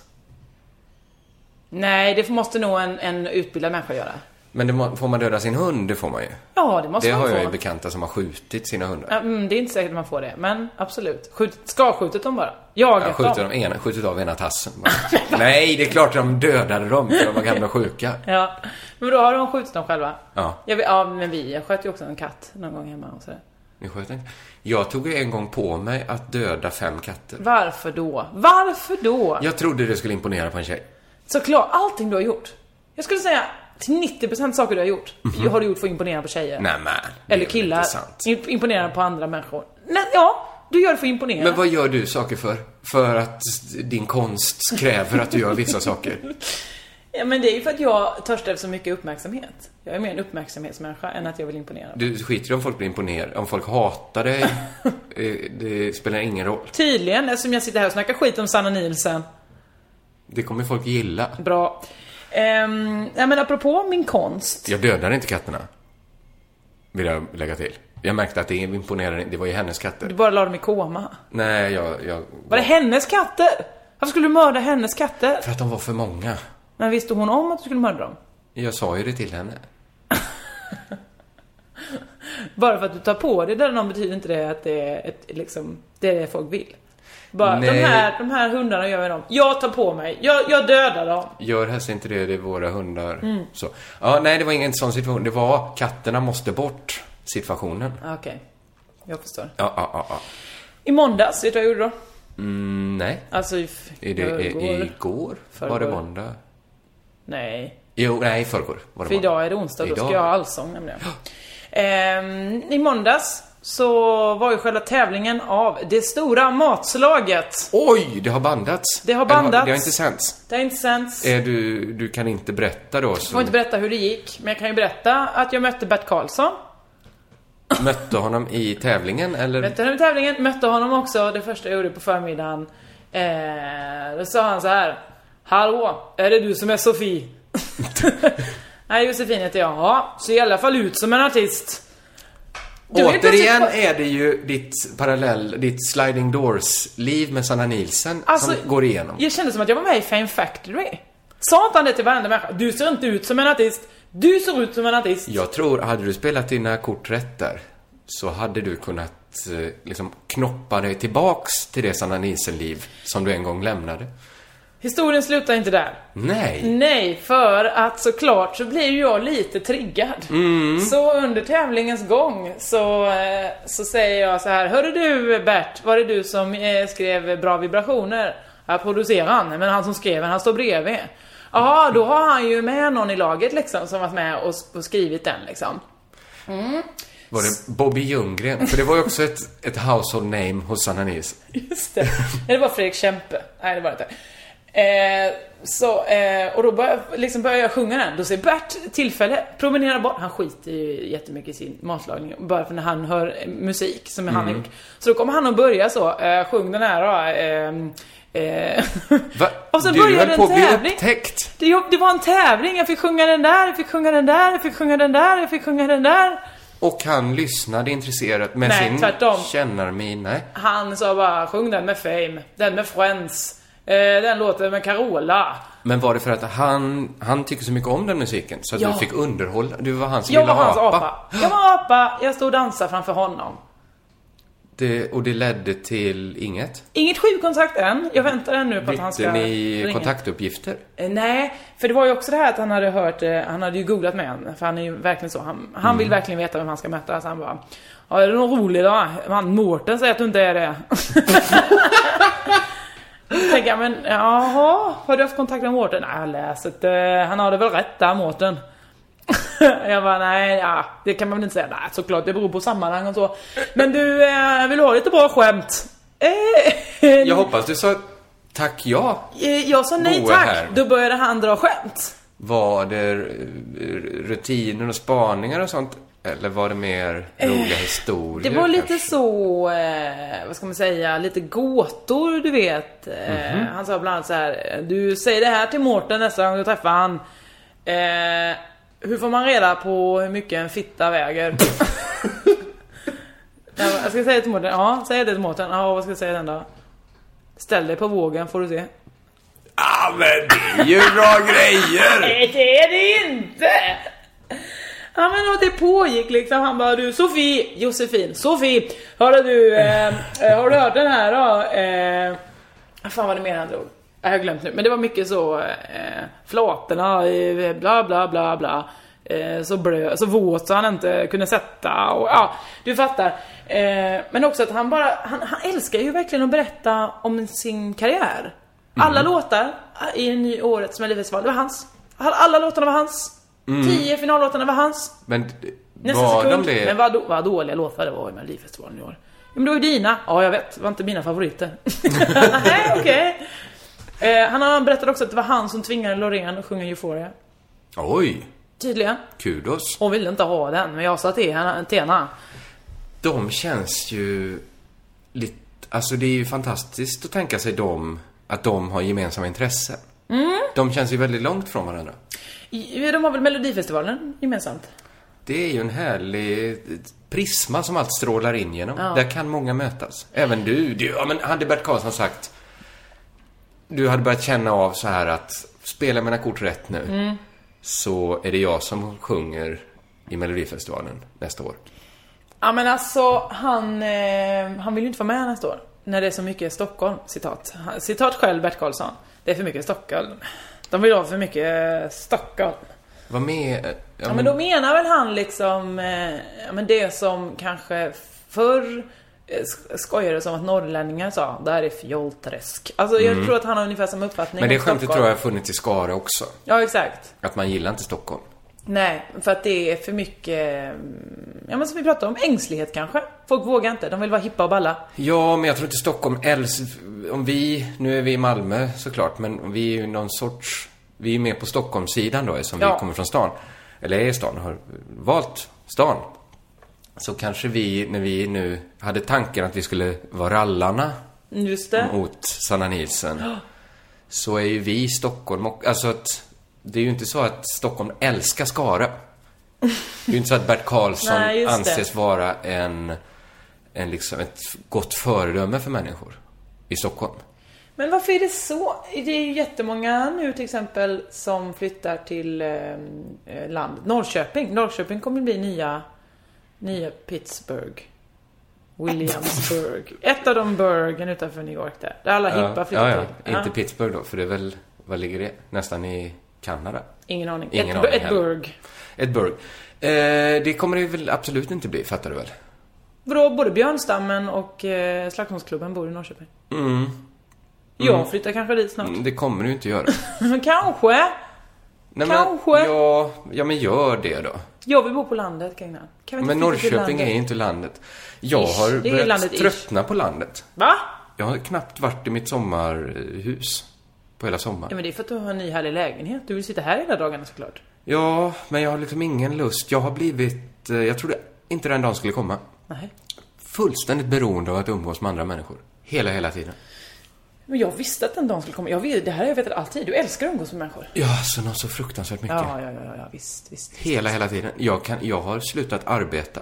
[SPEAKER 6] Nej, det måste nog en, en utbildad människa göra.
[SPEAKER 7] Men det må, får man döda sin hund? Det får man ju.
[SPEAKER 6] Ja, det måste
[SPEAKER 7] det
[SPEAKER 6] Alltså, man
[SPEAKER 7] har
[SPEAKER 6] få.
[SPEAKER 7] jag ju bekanta som har skjutit sina hundar.
[SPEAKER 6] Ja, Mm, det är inte säkert man får det, men absolut. Skjut, skavskjutit dem bara. Jagat
[SPEAKER 7] skjutit,
[SPEAKER 6] dem.
[SPEAKER 7] dem ena, skjutit av ena tassen. bara. Nej, det är klart de dödade dem för de var gamla och sjuka.
[SPEAKER 6] Ja. Men då har de skjutit dem själva?
[SPEAKER 7] Ja.
[SPEAKER 6] Jag vet, ja, men vi, jag sköt ju också en katt någon gång hemma och sådär.
[SPEAKER 7] Ni sköt en- Jag tog en gång på mig att döda fem katter.
[SPEAKER 6] Varför då? Varför då?
[SPEAKER 7] Jag trodde det skulle imponera på en tjej.
[SPEAKER 6] Såklart, allting du har gjort. Jag skulle säga till 90% saker du har gjort, har du gjort för att imponera på tjejer.
[SPEAKER 7] Mhm. Nej, men. det
[SPEAKER 6] Eller
[SPEAKER 7] är väl
[SPEAKER 6] killar.
[SPEAKER 7] inte sant.
[SPEAKER 6] Imp- Imponera på andra människor. Nej, ja, du gör det för att imponera.
[SPEAKER 7] Men vad gör du saker för? För att din konst kräver att du gör vissa saker.
[SPEAKER 6] ja, men det är ju för att jag törstar efter så mycket uppmärksamhet. Jag är mer en uppmärksamhetsmänniska än att jag vill imponera.
[SPEAKER 7] Du skiter i om folk blir imponerade. Om folk hatar dig, eh, det spelar ingen roll.
[SPEAKER 6] Tydligen, eftersom jag sitter här och snackar skit om Sanna Nielsen.
[SPEAKER 7] Det kommer folk gilla.
[SPEAKER 6] Bra. Ehm, nej men apropå min konst.
[SPEAKER 7] Jag dödar inte katterna. Vill jag lägga till. Jag märkte att det imponerade Det var ju hennes
[SPEAKER 6] Du
[SPEAKER 7] katter.
[SPEAKER 6] bara la dem i koma.
[SPEAKER 7] Nej, jag... jag
[SPEAKER 6] Var det hennes katter? Varför skulle du mörda hennes katter?
[SPEAKER 7] för att de var för många.
[SPEAKER 6] Men visste hon om att du skulle mörda dem?
[SPEAKER 7] Jag sa ju det till henne.
[SPEAKER 6] Bara för att du tar på dig den betyder inte det att det är ett, liksom, det är det folk vill. Bara, de
[SPEAKER 7] Nej.
[SPEAKER 6] här, de här hundarna gör jag dem. Jag tar på mig. Jag, jag dödar dem.
[SPEAKER 7] Gör helst inte det, det är våra hundar.
[SPEAKER 6] Mm.
[SPEAKER 7] Så. Ja, nej, det var ingen sån situation. Det var katterna måste bort situationen.
[SPEAKER 6] Ah, Okej. Jag förstår.
[SPEAKER 7] Ja, ja, ja. ja.
[SPEAKER 6] I måndags, vet du vad jag gjorde då?
[SPEAKER 7] Mm, nej.
[SPEAKER 6] Alltså i f-
[SPEAKER 7] Är det, är, igår? Var det
[SPEAKER 6] Förrgår.
[SPEAKER 7] måndag?
[SPEAKER 6] Nej.
[SPEAKER 7] Jo, nej, i förrgår var det
[SPEAKER 6] För
[SPEAKER 7] måndag.
[SPEAKER 6] idag är det onsdag, då ska
[SPEAKER 7] Idag.
[SPEAKER 6] jag ha allsång nämligen. Ehm, I måndags så var ju själva tävlingen av det stora matslaget.
[SPEAKER 7] Oj, det har bandats.
[SPEAKER 6] Det har
[SPEAKER 7] Eller
[SPEAKER 6] bandats.
[SPEAKER 7] Det har inte sänts.
[SPEAKER 6] Det har inte sänts.
[SPEAKER 7] Är du, du kan inte berätta då.
[SPEAKER 6] Jag
[SPEAKER 7] Så
[SPEAKER 6] får inte berätta hur det gick, men jag kan ju berätta att jag mötte Bert Karlsson.
[SPEAKER 7] Mötte honom i tävlingen eller?
[SPEAKER 6] Mötte honom i tävlingen, mötte honom också det första jag gjorde på förmiddagen. Eh, då sa han så här. Hallå, är det du som är Sofie? Nej, Josefin heter jag. Ja, ser i alla fall ut som en artist. Då är det plötsligt
[SPEAKER 7] Återigen
[SPEAKER 6] bara-
[SPEAKER 7] är det ju ditt parallell, ditt sliding doors-liv med Sanna Nielsen
[SPEAKER 6] Alltså,
[SPEAKER 7] som går igenom.
[SPEAKER 6] Jag kände som att jag var med i Fame Factory. Sa inte han det till varenda människa? Du ser inte ut som en artist. Du ser ut som en artist.
[SPEAKER 7] Jag tror, hade du spelat dina kort rätt där, så hade du kunnat eh, liksom knoppa dig tillbaks till det Sanna Nielsen-liv som du en gång lämnade.
[SPEAKER 6] Historien slutar inte där.
[SPEAKER 7] Nej!
[SPEAKER 6] Nej, för att såklart så blir ju jag lite triggad.
[SPEAKER 7] Mm.
[SPEAKER 6] Så under tävlingens gång så, eh, så säger jag så här Hörru du Bert, var det du som eh, skrev Bra vibrationer? Ja, produceraren, men han som skrev den, han står bredvid. Jaha, då har han ju med någon i laget liksom som varit med och, s- och skrivit den liksom. Mm.
[SPEAKER 7] Var det Bobby Ljunggren? För det var ju också ett, ett household name hos Sanna Nielsen.
[SPEAKER 6] Just det. Nej, det var Fredrik Kempe. Nej, det var det inte. Eh, så, eh, och då börjar liksom börjar jag sjunga den. Då säger Bert tillfälle, promenera bort. Han skiter ju jättemycket i sin matlagning. Bara för när han hör eh, musik som han har
[SPEAKER 7] Mm.
[SPEAKER 6] gjort. Så då kommer han att börja så. Eh, sjung den här då. ehm, eh,
[SPEAKER 7] Va?
[SPEAKER 6] Och så
[SPEAKER 7] du
[SPEAKER 6] började
[SPEAKER 7] höll på
[SPEAKER 6] en
[SPEAKER 7] att bli
[SPEAKER 6] tävling.
[SPEAKER 7] upptäckt!
[SPEAKER 6] Det, det var en tävling. Jag fick sjunga den där, jag fick sjunga den där, jag fick sjunga den där, jag fick sjunga den där.
[SPEAKER 7] Och han lyssnade intresserat med
[SPEAKER 6] Nej,
[SPEAKER 7] sin
[SPEAKER 6] tvärtom.
[SPEAKER 7] kännarmin. Nej,
[SPEAKER 6] Han sa bara, sjung den med Fame, den med Friends, eh, den låten med Carola.
[SPEAKER 7] Men var det för att han, han tycker så mycket om den musiken? Så att
[SPEAKER 6] Ja.
[SPEAKER 7] du fick underhålla? Du var han som
[SPEAKER 6] Jag
[SPEAKER 7] ville
[SPEAKER 6] var
[SPEAKER 7] ha
[SPEAKER 6] hans
[SPEAKER 7] apa?
[SPEAKER 6] apa. Jag var apa, jag stod och dansade framför honom.
[SPEAKER 7] Det, och det ledde till inget?
[SPEAKER 6] Inget skivkontrakt än, jag väntar ännu på att han ska
[SPEAKER 7] Bytte ni
[SPEAKER 6] ringa.
[SPEAKER 7] kontaktuppgifter?
[SPEAKER 6] Eh, Nej, för det var ju också det här att han hade hört, eh, han hade ju googlat med honom, för han är ju verkligen så, han, han vill
[SPEAKER 7] Mm.
[SPEAKER 6] verkligen veta vem han ska möta, så han bara Ja, är det någon rolig då? Han Mårten säger att du inte är det. Tänker jag, men jaha, har du haft kontakt med Mårten? Nej, jag har läst att eh, han hade väl rätt där, Mårten. jag bara, nej, ja, det kan man väl inte säga. Nej, såklart, det beror på sammanhang och så. Men du, eh, vill du ha lite bra skämt? Eh,
[SPEAKER 7] Jag hoppas du sa tack ja.
[SPEAKER 6] Eh, Jag sa nej
[SPEAKER 7] Bo är
[SPEAKER 6] tack,
[SPEAKER 7] här.
[SPEAKER 6] då började han dra skämt.
[SPEAKER 7] Var det eh, rutiner och spaningar och sånt Eller var det mer roliga
[SPEAKER 6] Eh,
[SPEAKER 7] historier?
[SPEAKER 6] Det var
[SPEAKER 7] kanske?
[SPEAKER 6] lite så, eh, vad ska man säga, lite gåtor du vet. Eh,
[SPEAKER 7] Mhm.
[SPEAKER 6] Han sa bland annat så här, du säger det här till Mårten nästa gång du träffar han. Eh, hur får man reda på hur mycket en fitta väger? jag bara, "Jag ska säga det till Mårten, ja säg det till Mårten. Ja vad ska jag säga den då? Ställ dig på vågen får du se.
[SPEAKER 7] Ah, men det är ju bra grejer!
[SPEAKER 6] Nej det är det inte! Ja men och det pågick liksom, han bara du Sofie, Josefin, Sofie! Hörru du, eh, eh, har du hört den här då? Eh, vad fan var det mer han drog? Jag har glömt nu, men det var mycket så, eh, flatorna, eh, bla bla bla bla. Eh, så blöt, så våt så han inte kunde sätta och ja, du fattar. Eh, men också att han bara, han, han älskar ju verkligen att berätta om sin karriär. Alla låtar i en ny årets melodifestival, det var hans. Alla- Alla låtarna var hans.
[SPEAKER 7] Mm.
[SPEAKER 6] Tio finallåtarna var hans.
[SPEAKER 7] Men d-
[SPEAKER 6] Nästa
[SPEAKER 7] var
[SPEAKER 6] sekund.
[SPEAKER 7] de det?
[SPEAKER 6] Men vad, då, vad dåliga låtar det var i Melodifestivalen i år. Ja, Men det var ju dina. Ja, jag vet. Det var inte mina favoriter. Nej, okej. Eh, han- han berättade också att det var han som tvingade Loreen att sjunga Euphoria.
[SPEAKER 7] Oj,
[SPEAKER 6] Tydligen.
[SPEAKER 7] kudos.
[SPEAKER 6] Hon ville inte ha den, men jag sa till henne. Till henne.
[SPEAKER 7] De känns ju lite... Alltså det är ju fantastiskt att tänka sig dem, att de har gemensamma intressen.
[SPEAKER 6] Mm.
[SPEAKER 7] De känns ju väldigt långt från varandra.
[SPEAKER 6] I- De har väl Melodifestivalen gemensamt?
[SPEAKER 7] Det är ju en härlig prisma som allt strålar in genom.
[SPEAKER 6] Ja.
[SPEAKER 7] Där kan många mötas. Även du. du ja, men hade Bert Karlsson sagt... Du hade börjat känna av så här att spela mina kort rätt nu.
[SPEAKER 6] Mm.
[SPEAKER 7] Så är det jag som sjunger i Melodifestivalen nästa år.
[SPEAKER 6] Ja men alltså han, eh, han vill ju inte vara med nästa år. När det är så mycket Stockholm, citat. Han- Citat själv Bert Karlsson. Det är för mycket Stockholm. De vill ha för mycket eh, Stockholm.
[SPEAKER 7] Var med... eh,
[SPEAKER 6] Ja, men då menar väl han liksom, eh, ja, men det som kanske förr eh, sk- skojades om att norrlänningar sa, där är fjollträsk. Alltså jag
[SPEAKER 7] Mm.
[SPEAKER 6] tror att han har ungefär samma uppfattning
[SPEAKER 7] men det
[SPEAKER 6] om
[SPEAKER 7] skämtet
[SPEAKER 6] Stockholm.
[SPEAKER 7] tror jag har funnits i Skara också.
[SPEAKER 6] Ja exakt.
[SPEAKER 7] Att man gillar inte Stockholm.
[SPEAKER 6] Nej, för att det är för mycket, mm, ja men som vi pratade om, ängslighet kanske. Folk vågar inte, de vill vara hippa och balla.
[SPEAKER 7] Ja, men jag tror inte Stockholm älsk... Om vi... Nu är vi i Malmö såklart, men vi är ju någon sorts... Vi är ju mer på Stockholmssidan då, eftersom
[SPEAKER 6] Ja.
[SPEAKER 7] vi kommer från stan. Eller är i stan, har valt stan. Så kanske vi, när vi nu hade tanken att vi skulle vara rallarna
[SPEAKER 6] Just det.
[SPEAKER 7] mot Sanna Nielsen.
[SPEAKER 6] Ja.
[SPEAKER 7] Så är ju vi i Stockholm och, Alltså att... Det är ju inte så att Stockholm älskar Skara. Det är ju inte så att Bert Karlsson
[SPEAKER 6] Nej, just det.
[SPEAKER 7] anses vara en, en liksom ett gott föredöme för människor i Stockholm.
[SPEAKER 6] Men varför är det så? Det är ju jättemånga nu till exempel som flyttar till eh, eh, landet. Norrköping. Norrköping kommer bli nya, nya Pittsburgh. Williamsburg. Ett av de burgen utanför New York där. Där alla hippa flyttar
[SPEAKER 7] ja, ja.
[SPEAKER 6] till. Ah,
[SPEAKER 7] Inte
[SPEAKER 6] Ja.
[SPEAKER 7] Pittsburgh då, för det är väl, vad ligger det? Nästan i Kanada?
[SPEAKER 6] Ingen aning.
[SPEAKER 7] Ingen
[SPEAKER 6] Ett-
[SPEAKER 7] aning
[SPEAKER 6] ett
[SPEAKER 7] heller.
[SPEAKER 6] burg.
[SPEAKER 7] Ett burg. Eh, det kommer det väl absolut inte bli, fattar du väl?
[SPEAKER 6] Vadå, både Björnstammen och eh, Slagsmålsklubben bor i Norrköping.
[SPEAKER 7] Mm. Mm.
[SPEAKER 6] Jag flyttar kanske dit snart.
[SPEAKER 7] Mm, Det kommer du ju inte göra.
[SPEAKER 6] kanske.
[SPEAKER 7] Nej,
[SPEAKER 6] Kanske.
[SPEAKER 7] Men, ja, ja, men gör det då.
[SPEAKER 6] Jag vill bo på landet, Kringlan. Kan vi inte
[SPEAKER 7] Men
[SPEAKER 6] flytta till
[SPEAKER 7] Norrköping
[SPEAKER 6] landet?
[SPEAKER 7] är inte landet. Jag
[SPEAKER 6] Ish, det är
[SPEAKER 7] har
[SPEAKER 6] ju
[SPEAKER 7] börjat
[SPEAKER 6] landet ish.
[SPEAKER 7] tröttna på landet.
[SPEAKER 6] Va?
[SPEAKER 7] Jag har knappt varit i mitt sommarhus på hela
[SPEAKER 6] Ja
[SPEAKER 7] sommaren.
[SPEAKER 6] men det är för att du har en ny härlig lägenhet. Du vill sitta här hela dagarna såklart.
[SPEAKER 7] Ja, men jag har liksom ingen lust. Jag har blivit... eh, Jag trodde inte den dagen skulle komma.
[SPEAKER 6] Nej.
[SPEAKER 7] Fullständigt beroende av att umgås med andra människor. Hela, hela tiden.
[SPEAKER 6] Men jag visste att den dagen skulle komma. Jag vet, det här har jag vetat alltid. Du älskar att umgås med människor.
[SPEAKER 7] Ja, så något så fruktansvärt mycket.
[SPEAKER 6] Ja, ja, ja, ja, ja visst, visst.
[SPEAKER 7] Hela, hela tiden. Jag, kan, jag har slutat arbeta.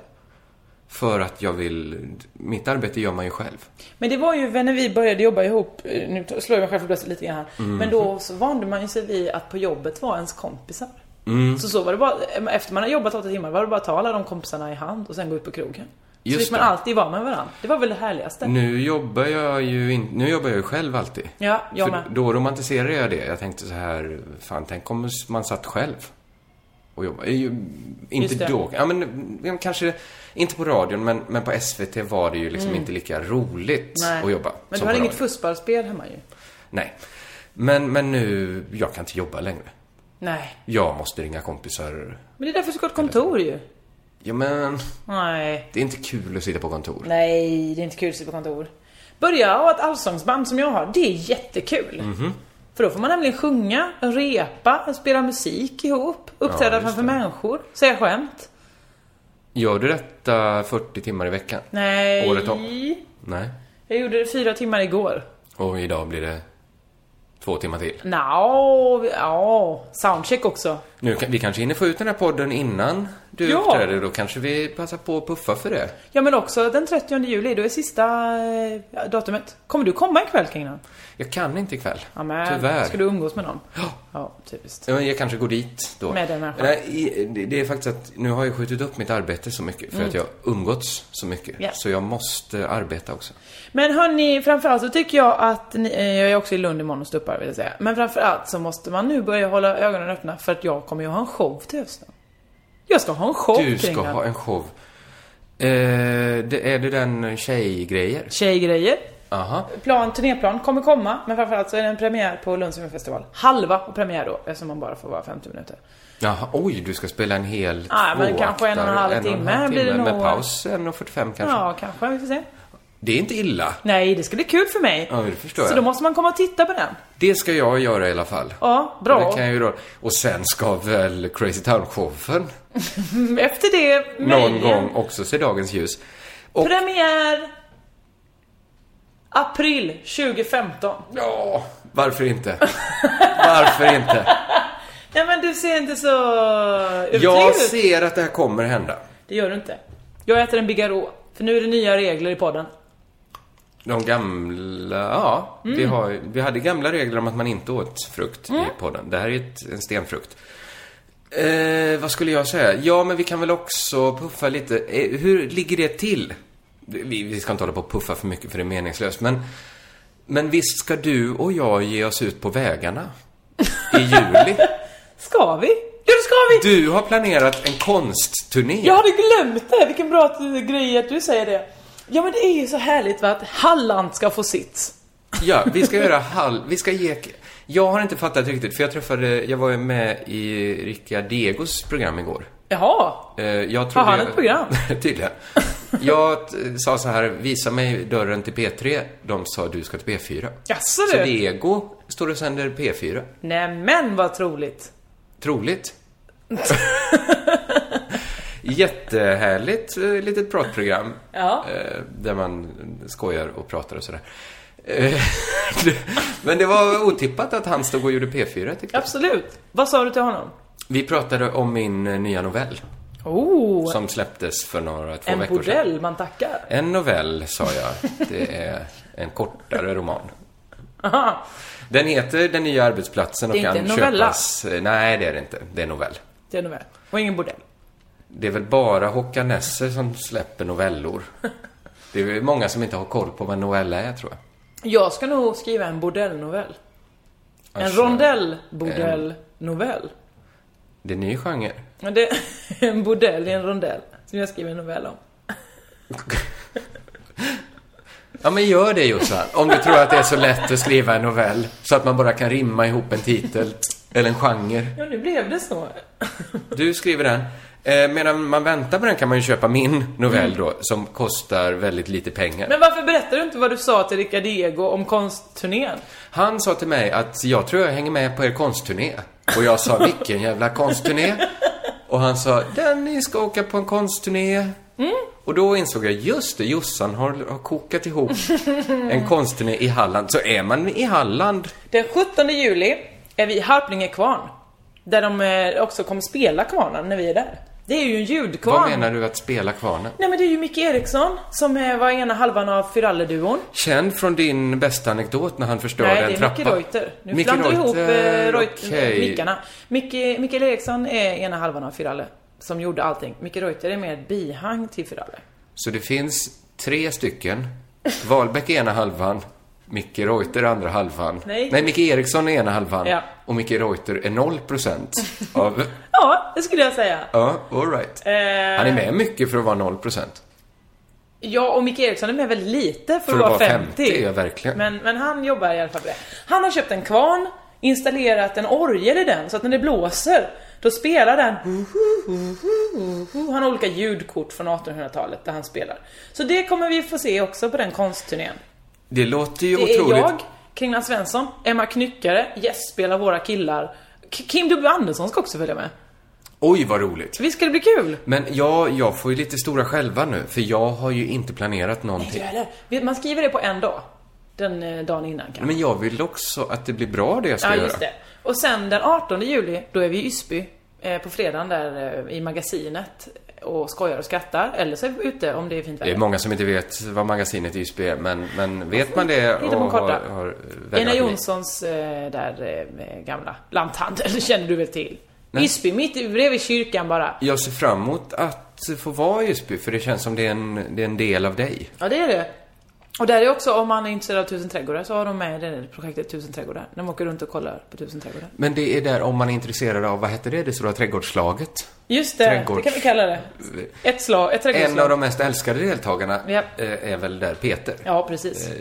[SPEAKER 7] För att jag vill... Mitt arbete gör man ju själv.
[SPEAKER 6] Men det var ju när vi började jobba ihop, eh, nu t- slår jag mig själv för bröstet lite grann här.
[SPEAKER 7] Mm.
[SPEAKER 6] Men då så vande man ju sig vid att på jobbet var ens kompisar.
[SPEAKER 7] Mm.
[SPEAKER 6] Så så var det bara, eh, efter man har jobbat åtta timmar var det bara att ta alla de kompisarna i hand och sen gå ut på krogen. Så
[SPEAKER 7] Just
[SPEAKER 6] fick man
[SPEAKER 7] det.
[SPEAKER 6] alltid vara med varandra. Det var väl det härligaste.
[SPEAKER 7] Nu jobbar jag ju in, Nu jobbar jag ju själv alltid.
[SPEAKER 6] Ja, jag
[SPEAKER 7] För
[SPEAKER 6] med.
[SPEAKER 7] Då romantiserade jag det. Jag tänkte så här, fan tänk om man satt själv och jobbade. Eh, ju- Inte
[SPEAKER 6] Just det.
[SPEAKER 7] då, ja men mm, kanske inte på radion men, men på SVT var det ju liksom
[SPEAKER 6] Mm.
[SPEAKER 7] inte lika roligt
[SPEAKER 6] Nej.
[SPEAKER 7] att jobba.
[SPEAKER 6] Men du
[SPEAKER 7] som
[SPEAKER 6] hade
[SPEAKER 7] på
[SPEAKER 6] inget
[SPEAKER 7] radion.
[SPEAKER 6] fussballspel hemma ju.
[SPEAKER 7] Nej. Men, men nu, jag kan inte jobba längre.
[SPEAKER 6] Nej.
[SPEAKER 7] Jag måste ringa kompisar.
[SPEAKER 6] Men det är därför du ska ha ett kontor ju.
[SPEAKER 7] Ja men,
[SPEAKER 6] Nej.
[SPEAKER 7] det är inte kul att sitta på kontor.
[SPEAKER 6] Nej, det är inte kul att sitta på kontor. Börja ha ett allsångsband som jag har. Det är jättekul.
[SPEAKER 7] Mhm.
[SPEAKER 6] För då får man nämligen sjunga, repa, spela musik ihop,
[SPEAKER 7] Ja,
[SPEAKER 6] uppträda
[SPEAKER 7] just
[SPEAKER 6] framför människor, säga skämt.
[SPEAKER 7] Gör du detta 40 timmar i veckan?
[SPEAKER 6] Nej.
[SPEAKER 7] Året om? Nej.
[SPEAKER 6] Jag gjorde det fyra timmar igår.
[SPEAKER 7] Och idag blir det två timmar till.
[SPEAKER 6] Nå, ja, soundcheck också.
[SPEAKER 7] Nu, kan- vi kanske hinner få ut den här podden innan du
[SPEAKER 6] Ja.
[SPEAKER 7] uppträder. Då kanske vi passar på att puffa för det.
[SPEAKER 6] Ja men också den 30 juli, då är sista eh, ja, datumet. Kommer du komma ikväll Kringlan?
[SPEAKER 7] Jag kan inte ikväll.
[SPEAKER 6] Ja, men,
[SPEAKER 7] Tyvärr.
[SPEAKER 6] Ska du umgås med någon? Ja, typiskt.
[SPEAKER 7] Ja, men Jag kanske går dit då.
[SPEAKER 6] Med den människan.
[SPEAKER 7] Nej, i- det- det är faktiskt att nu har jag skjutit upp mitt arbete så mycket för
[SPEAKER 6] Mm.
[SPEAKER 7] att jag umgåtts så mycket.
[SPEAKER 6] Ja.
[SPEAKER 7] Så jag måste arbeta också.
[SPEAKER 6] Men hörni, framförallt så tycker jag att ni, eh, jag är också i Lund imorgon och ståuppare vill jag säga. Men framförallt så måste man nu börja hålla ögonen öppna för att jag kommer ju ha en show till hösten. Jag ska ha en show
[SPEAKER 7] du ska
[SPEAKER 6] Kringlan.
[SPEAKER 7] ha en show. Eh, det, är det den tjejgrejer?
[SPEAKER 6] Tjejgrejer.
[SPEAKER 7] Aha.
[SPEAKER 6] Plan, turnéplan kommer komma, men framförallt så är det en premiär på Lunds filmfestival. Halva och premiär då, eftersom man bara får vara 50 minuter.
[SPEAKER 7] Jaha, oj, du ska spela en hel
[SPEAKER 6] Ja, men kanske en och en
[SPEAKER 7] tvåaktare,
[SPEAKER 6] halv
[SPEAKER 7] och
[SPEAKER 6] timme
[SPEAKER 7] halv
[SPEAKER 6] blir det
[SPEAKER 7] timme Med
[SPEAKER 6] nog.
[SPEAKER 7] paus, 1.45 kanske.
[SPEAKER 6] Ja, kanske, vi får se.
[SPEAKER 7] Det är inte illa.
[SPEAKER 6] Nej, det ska bli kul för mig.
[SPEAKER 7] Ja, det förstår
[SPEAKER 6] Så
[SPEAKER 7] jag.
[SPEAKER 6] då måste man komma och titta på den.
[SPEAKER 7] Det ska jag göra i alla fall.
[SPEAKER 6] Ja,
[SPEAKER 7] Det
[SPEAKER 6] bra.
[SPEAKER 7] kan jag ju då. Och sen ska väl Crazy Town-showen
[SPEAKER 6] Mm, Efter det,
[SPEAKER 7] någon
[SPEAKER 6] möjligen.
[SPEAKER 7] gång också se dagens ljus. Och-
[SPEAKER 6] Premiär april 2015.
[SPEAKER 7] Ja. Varför inte? Varför inte?
[SPEAKER 6] Nej men du ser inte så
[SPEAKER 7] Jag
[SPEAKER 6] övertygad ut.
[SPEAKER 7] ser att det här kommer hända.
[SPEAKER 6] Det gör du inte. Jag äter en Bigarå. För nu är det nya regler i podden.
[SPEAKER 7] De gamla, ja. Vi,
[SPEAKER 6] Mm.
[SPEAKER 7] har, vi hade gamla regler om att man inte åt frukt i podden. Det här är ett, en stenfrukt. Eh, vad skulle jag säga? Ja, men vi kan väl också puffa lite. Eh, hur ligger det till? Vi, vi ska inte hålla på och puffa för mycket för det är meningslöst, men... Men visst ska du och jag ge oss ut på vägarna? I juli?
[SPEAKER 6] Ska vi? Ja det ska vi!
[SPEAKER 7] Du har planerat en konstturné.
[SPEAKER 6] Jag hade glömt det! Vilken bra t- grej att du säger det. Ja men det är ju så härligt va, att Halland ska få sitt.
[SPEAKER 7] Ja, vi ska göra halv... Vi ska ge... Jag har inte fattat riktigt, för jag träffade... Jag var ju med i Rickard Degos program igår.
[SPEAKER 6] Jaha,
[SPEAKER 7] Eh, Jag
[SPEAKER 6] har
[SPEAKER 7] trodde...
[SPEAKER 6] han ett program?
[SPEAKER 7] Tydligen. Jag t- sa så här, visa mig dörren till P3. De sa, du ska till P4.
[SPEAKER 6] Jaså
[SPEAKER 7] Så
[SPEAKER 6] du?
[SPEAKER 7] Dego står och sänder P4.
[SPEAKER 6] Nämen vad troligt.
[SPEAKER 7] Troligt. Jättehärligt eh, litet pratprogram.
[SPEAKER 6] Ja.
[SPEAKER 7] Eh, Där man skojar och pratar och sådär. Eh, Men det var otippat att han stod och gjorde P4 tyckte jag.
[SPEAKER 6] Absolut. Vad sa du till honom?
[SPEAKER 7] Vi pratade om min eh, nya novell.
[SPEAKER 6] Oh,
[SPEAKER 7] Som släpptes för några, två
[SPEAKER 6] en
[SPEAKER 7] veckor sedan.
[SPEAKER 6] bordell man tackar.
[SPEAKER 7] En novell, sa jag. Det är en kortare roman.
[SPEAKER 6] Aha.
[SPEAKER 7] Den heter Den nya arbetsplatsen och
[SPEAKER 6] Det är
[SPEAKER 7] kan
[SPEAKER 6] inte en novella.
[SPEAKER 7] köpas... Eh, Nej, det är det inte. Det är en novell.
[SPEAKER 6] Det är nog väl. Och ingen bordell.
[SPEAKER 7] Det är väl bara Håkan Nesser som släpper novellor. Det är väl många som inte har koll på vad en novella är, tror jag.
[SPEAKER 6] Jag ska nog skriva en bordellnovell. En
[SPEAKER 7] Alltså,
[SPEAKER 6] rondell bordellnovell.
[SPEAKER 7] Det är en ny genre.
[SPEAKER 6] Men det är en bordell i en rondell som jag skriver en novell om.
[SPEAKER 7] Ja, men gör det Jossan. Om du tror att det är så lätt att skriva en novell så att man bara kan rimma ihop en titel eller en genre.
[SPEAKER 6] Ja, nu blev det så.
[SPEAKER 7] Du skriver den. Eh, medan man väntar på den kan man ju köpa min novell då, som kostar väldigt lite pengar.
[SPEAKER 6] Men varför berättar du inte vad du sa till Rickard Diego om konstturnén?
[SPEAKER 7] Han sa till mig att jag tror jag hänger med på er konstturné. Och jag sa, vilken jävla konstturné? Och han sa, Dennis ska åka på en konstturné. Och då insåg jag, just det, Jossan har, har kokat ihop en konstturné i Halland. Så är man i Halland
[SPEAKER 6] Den 17 juli är vi i Harplinge kvarn. Där de eh, också kommer spela kvarnen när vi är där. Det är ju en ljudkvarn.
[SPEAKER 7] Vad menar du att spela kvarnen?
[SPEAKER 6] Nej men det är ju Micke Eriksson som eh, var ena halvan av Firalle-duon.
[SPEAKER 7] Känd från din bästa anekdot när han förstörde
[SPEAKER 6] Nej,
[SPEAKER 7] en
[SPEAKER 6] det är
[SPEAKER 7] trappa.
[SPEAKER 6] Micke Reuter. Nu
[SPEAKER 7] Micke
[SPEAKER 6] blandar du ihop eh,
[SPEAKER 7] Reuter,
[SPEAKER 6] Reut-
[SPEAKER 7] okej.
[SPEAKER 6] mickarna. Micke, Mikael Eriksson är ena halvan av Firalle. Som gjorde allting. Micke Reuter är mer ett bihang till Firalle.
[SPEAKER 7] Så det finns tre stycken. Wahlbeck är ena halvan. Micke Reuter är andra halvan.
[SPEAKER 6] Nej.
[SPEAKER 7] Nej, Micke Eriksson är ena halvan.
[SPEAKER 6] Ja.
[SPEAKER 7] Och Micke Reuter är 0% av...
[SPEAKER 6] Ja, det skulle jag säga.
[SPEAKER 7] ja, alright.
[SPEAKER 6] Eh,
[SPEAKER 7] Han är med mycket för att vara 0%.
[SPEAKER 6] Ja, och Micke Eriksson är med väldigt lite för,
[SPEAKER 7] För att
[SPEAKER 6] att vara
[SPEAKER 7] vara
[SPEAKER 6] 50.
[SPEAKER 7] 50, ja, verkligen.
[SPEAKER 6] Men, men han jobbar i alla fall på det. Han har köpt en kvarn, installerat en orgel i den så att när det blåser då spelar den Han har olika ljudkort från 1800-talet där han spelar. Så det kommer vi få se också på den konstturnén.
[SPEAKER 7] Det låter
[SPEAKER 6] Det
[SPEAKER 7] ju
[SPEAKER 6] är
[SPEAKER 7] otroligt.
[SPEAKER 6] jag, Kringlan Svensson, Emma Knyckare, gästspelar våra killar. K- Kim W Andersson ska också följa med.
[SPEAKER 7] Oj, vad roligt.
[SPEAKER 6] Visst ska det bli kul?
[SPEAKER 7] Men jag, jag får ju lite stora själva nu, för jag har ju inte planerat någonting.
[SPEAKER 6] Vet, Man skriver det på en dag. Den eh, dagen innan kanske.
[SPEAKER 7] Men jag vill också att det blir bra det jag ska
[SPEAKER 6] Ja,
[SPEAKER 7] göra.
[SPEAKER 6] just det. Och sen den 18 juli, då är vi i Ysby. Eh, på fredagen där eh, i magasinet. Och skojar och skrattar. Eller så är vi ute om det är fint
[SPEAKER 7] Det är
[SPEAKER 6] väder.
[SPEAKER 7] många som inte vet vad magasinet Ysby är, men, men vet man det
[SPEAKER 6] Hittar man
[SPEAKER 7] och har,
[SPEAKER 6] karta.
[SPEAKER 7] har
[SPEAKER 6] Einar
[SPEAKER 7] vägarna förbi.
[SPEAKER 6] Jonssons eh, där eh, gamla lanthandel, det känner du väl till?
[SPEAKER 7] Nej.
[SPEAKER 6] Ysby, mitt i- bredvid kyrkan bara.
[SPEAKER 7] Jag ser fram emot att få vara i Ysby, för det känns som det är en, det är en del av dig.
[SPEAKER 6] Ja, det är det. Och där är också, om man är intresserad av tusen trädgårdar, så har de med det där projektet tusen trädgårdar. De åker runt och kollar på tusen trädgårdar.
[SPEAKER 7] Men det är där om man är intresserad av, vad hette det, det stora trädgårdslaget?
[SPEAKER 6] Just det, det kan vi kalla det. Ett slag, ett trädgårdsslag.
[SPEAKER 7] Eh, En av de mest älskade deltagarna
[SPEAKER 6] Ja.
[SPEAKER 7] eh, är väl där Peter.
[SPEAKER 6] Ja, precis.
[SPEAKER 7] Eh,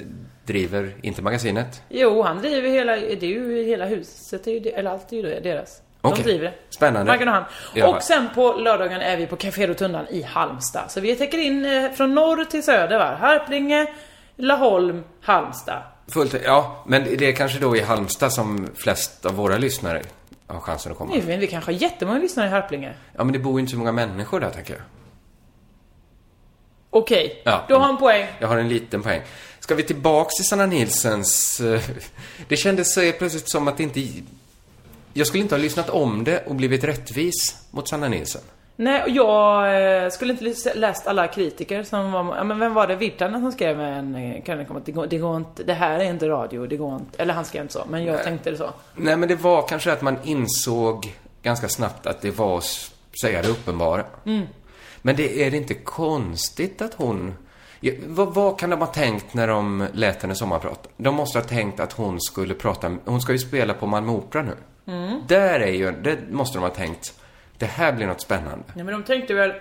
[SPEAKER 7] Driver inte magasinet.
[SPEAKER 6] Jo, han driver hela, det är ju hela huset, det är ju, de- eller allt är ju det- deras.
[SPEAKER 7] Okej.
[SPEAKER 6] De driver det.
[SPEAKER 7] Spännande.
[SPEAKER 6] Marken och han.
[SPEAKER 7] Ja.
[SPEAKER 6] Och sen på lördagen är vi på Café Rotundan i Halmstad. Så vi täcker in eh, från norr till söder va? Harplinge, Laholm, Halmstad.
[SPEAKER 7] Fullt, ja, men det är kanske då i Halmstad som flest av våra lyssnare har chansen att komma.
[SPEAKER 6] Nu, men vi kanske har jättemånga lyssnare i Harplinge.
[SPEAKER 7] Ja, men det bor ju inte så många människor där, tänker jag.
[SPEAKER 6] Okej,
[SPEAKER 7] Ja.
[SPEAKER 6] då har han poäng.
[SPEAKER 7] Jag har en liten poäng. Ska vi tillbaks till Sanna Nilsens... eh, Det kändes så plötsligt som att det inte... Jag skulle inte ha lyssnat om det och blivit rättvis mot Sanna Nilsen.
[SPEAKER 6] Nej, och jag eh, skulle inte lys- läst alla kritiker som var, ja, men vem var det, Virtanen som skrev en eh, krönika om att det går, det går inte, det här är inte radio, det går inte, eller han skrev inte så, men jag
[SPEAKER 7] Nej.
[SPEAKER 6] tänkte det så.
[SPEAKER 7] Nej, men det var kanske att man insåg ganska snabbt att det var s- säga det uppenbara.
[SPEAKER 6] Mm.
[SPEAKER 7] Men det är det inte konstigt att hon... Ja, Vad, vad kan de ha tänkt när de lät henne sommarprata? De måste ha tänkt att hon skulle prata... Hon ska ju spela på Malmö Opera nu.
[SPEAKER 6] Mm.
[SPEAKER 7] Där är ju... Det måste de ha tänkt. Det här blir något spännande.
[SPEAKER 6] Nej men de tänkte väl,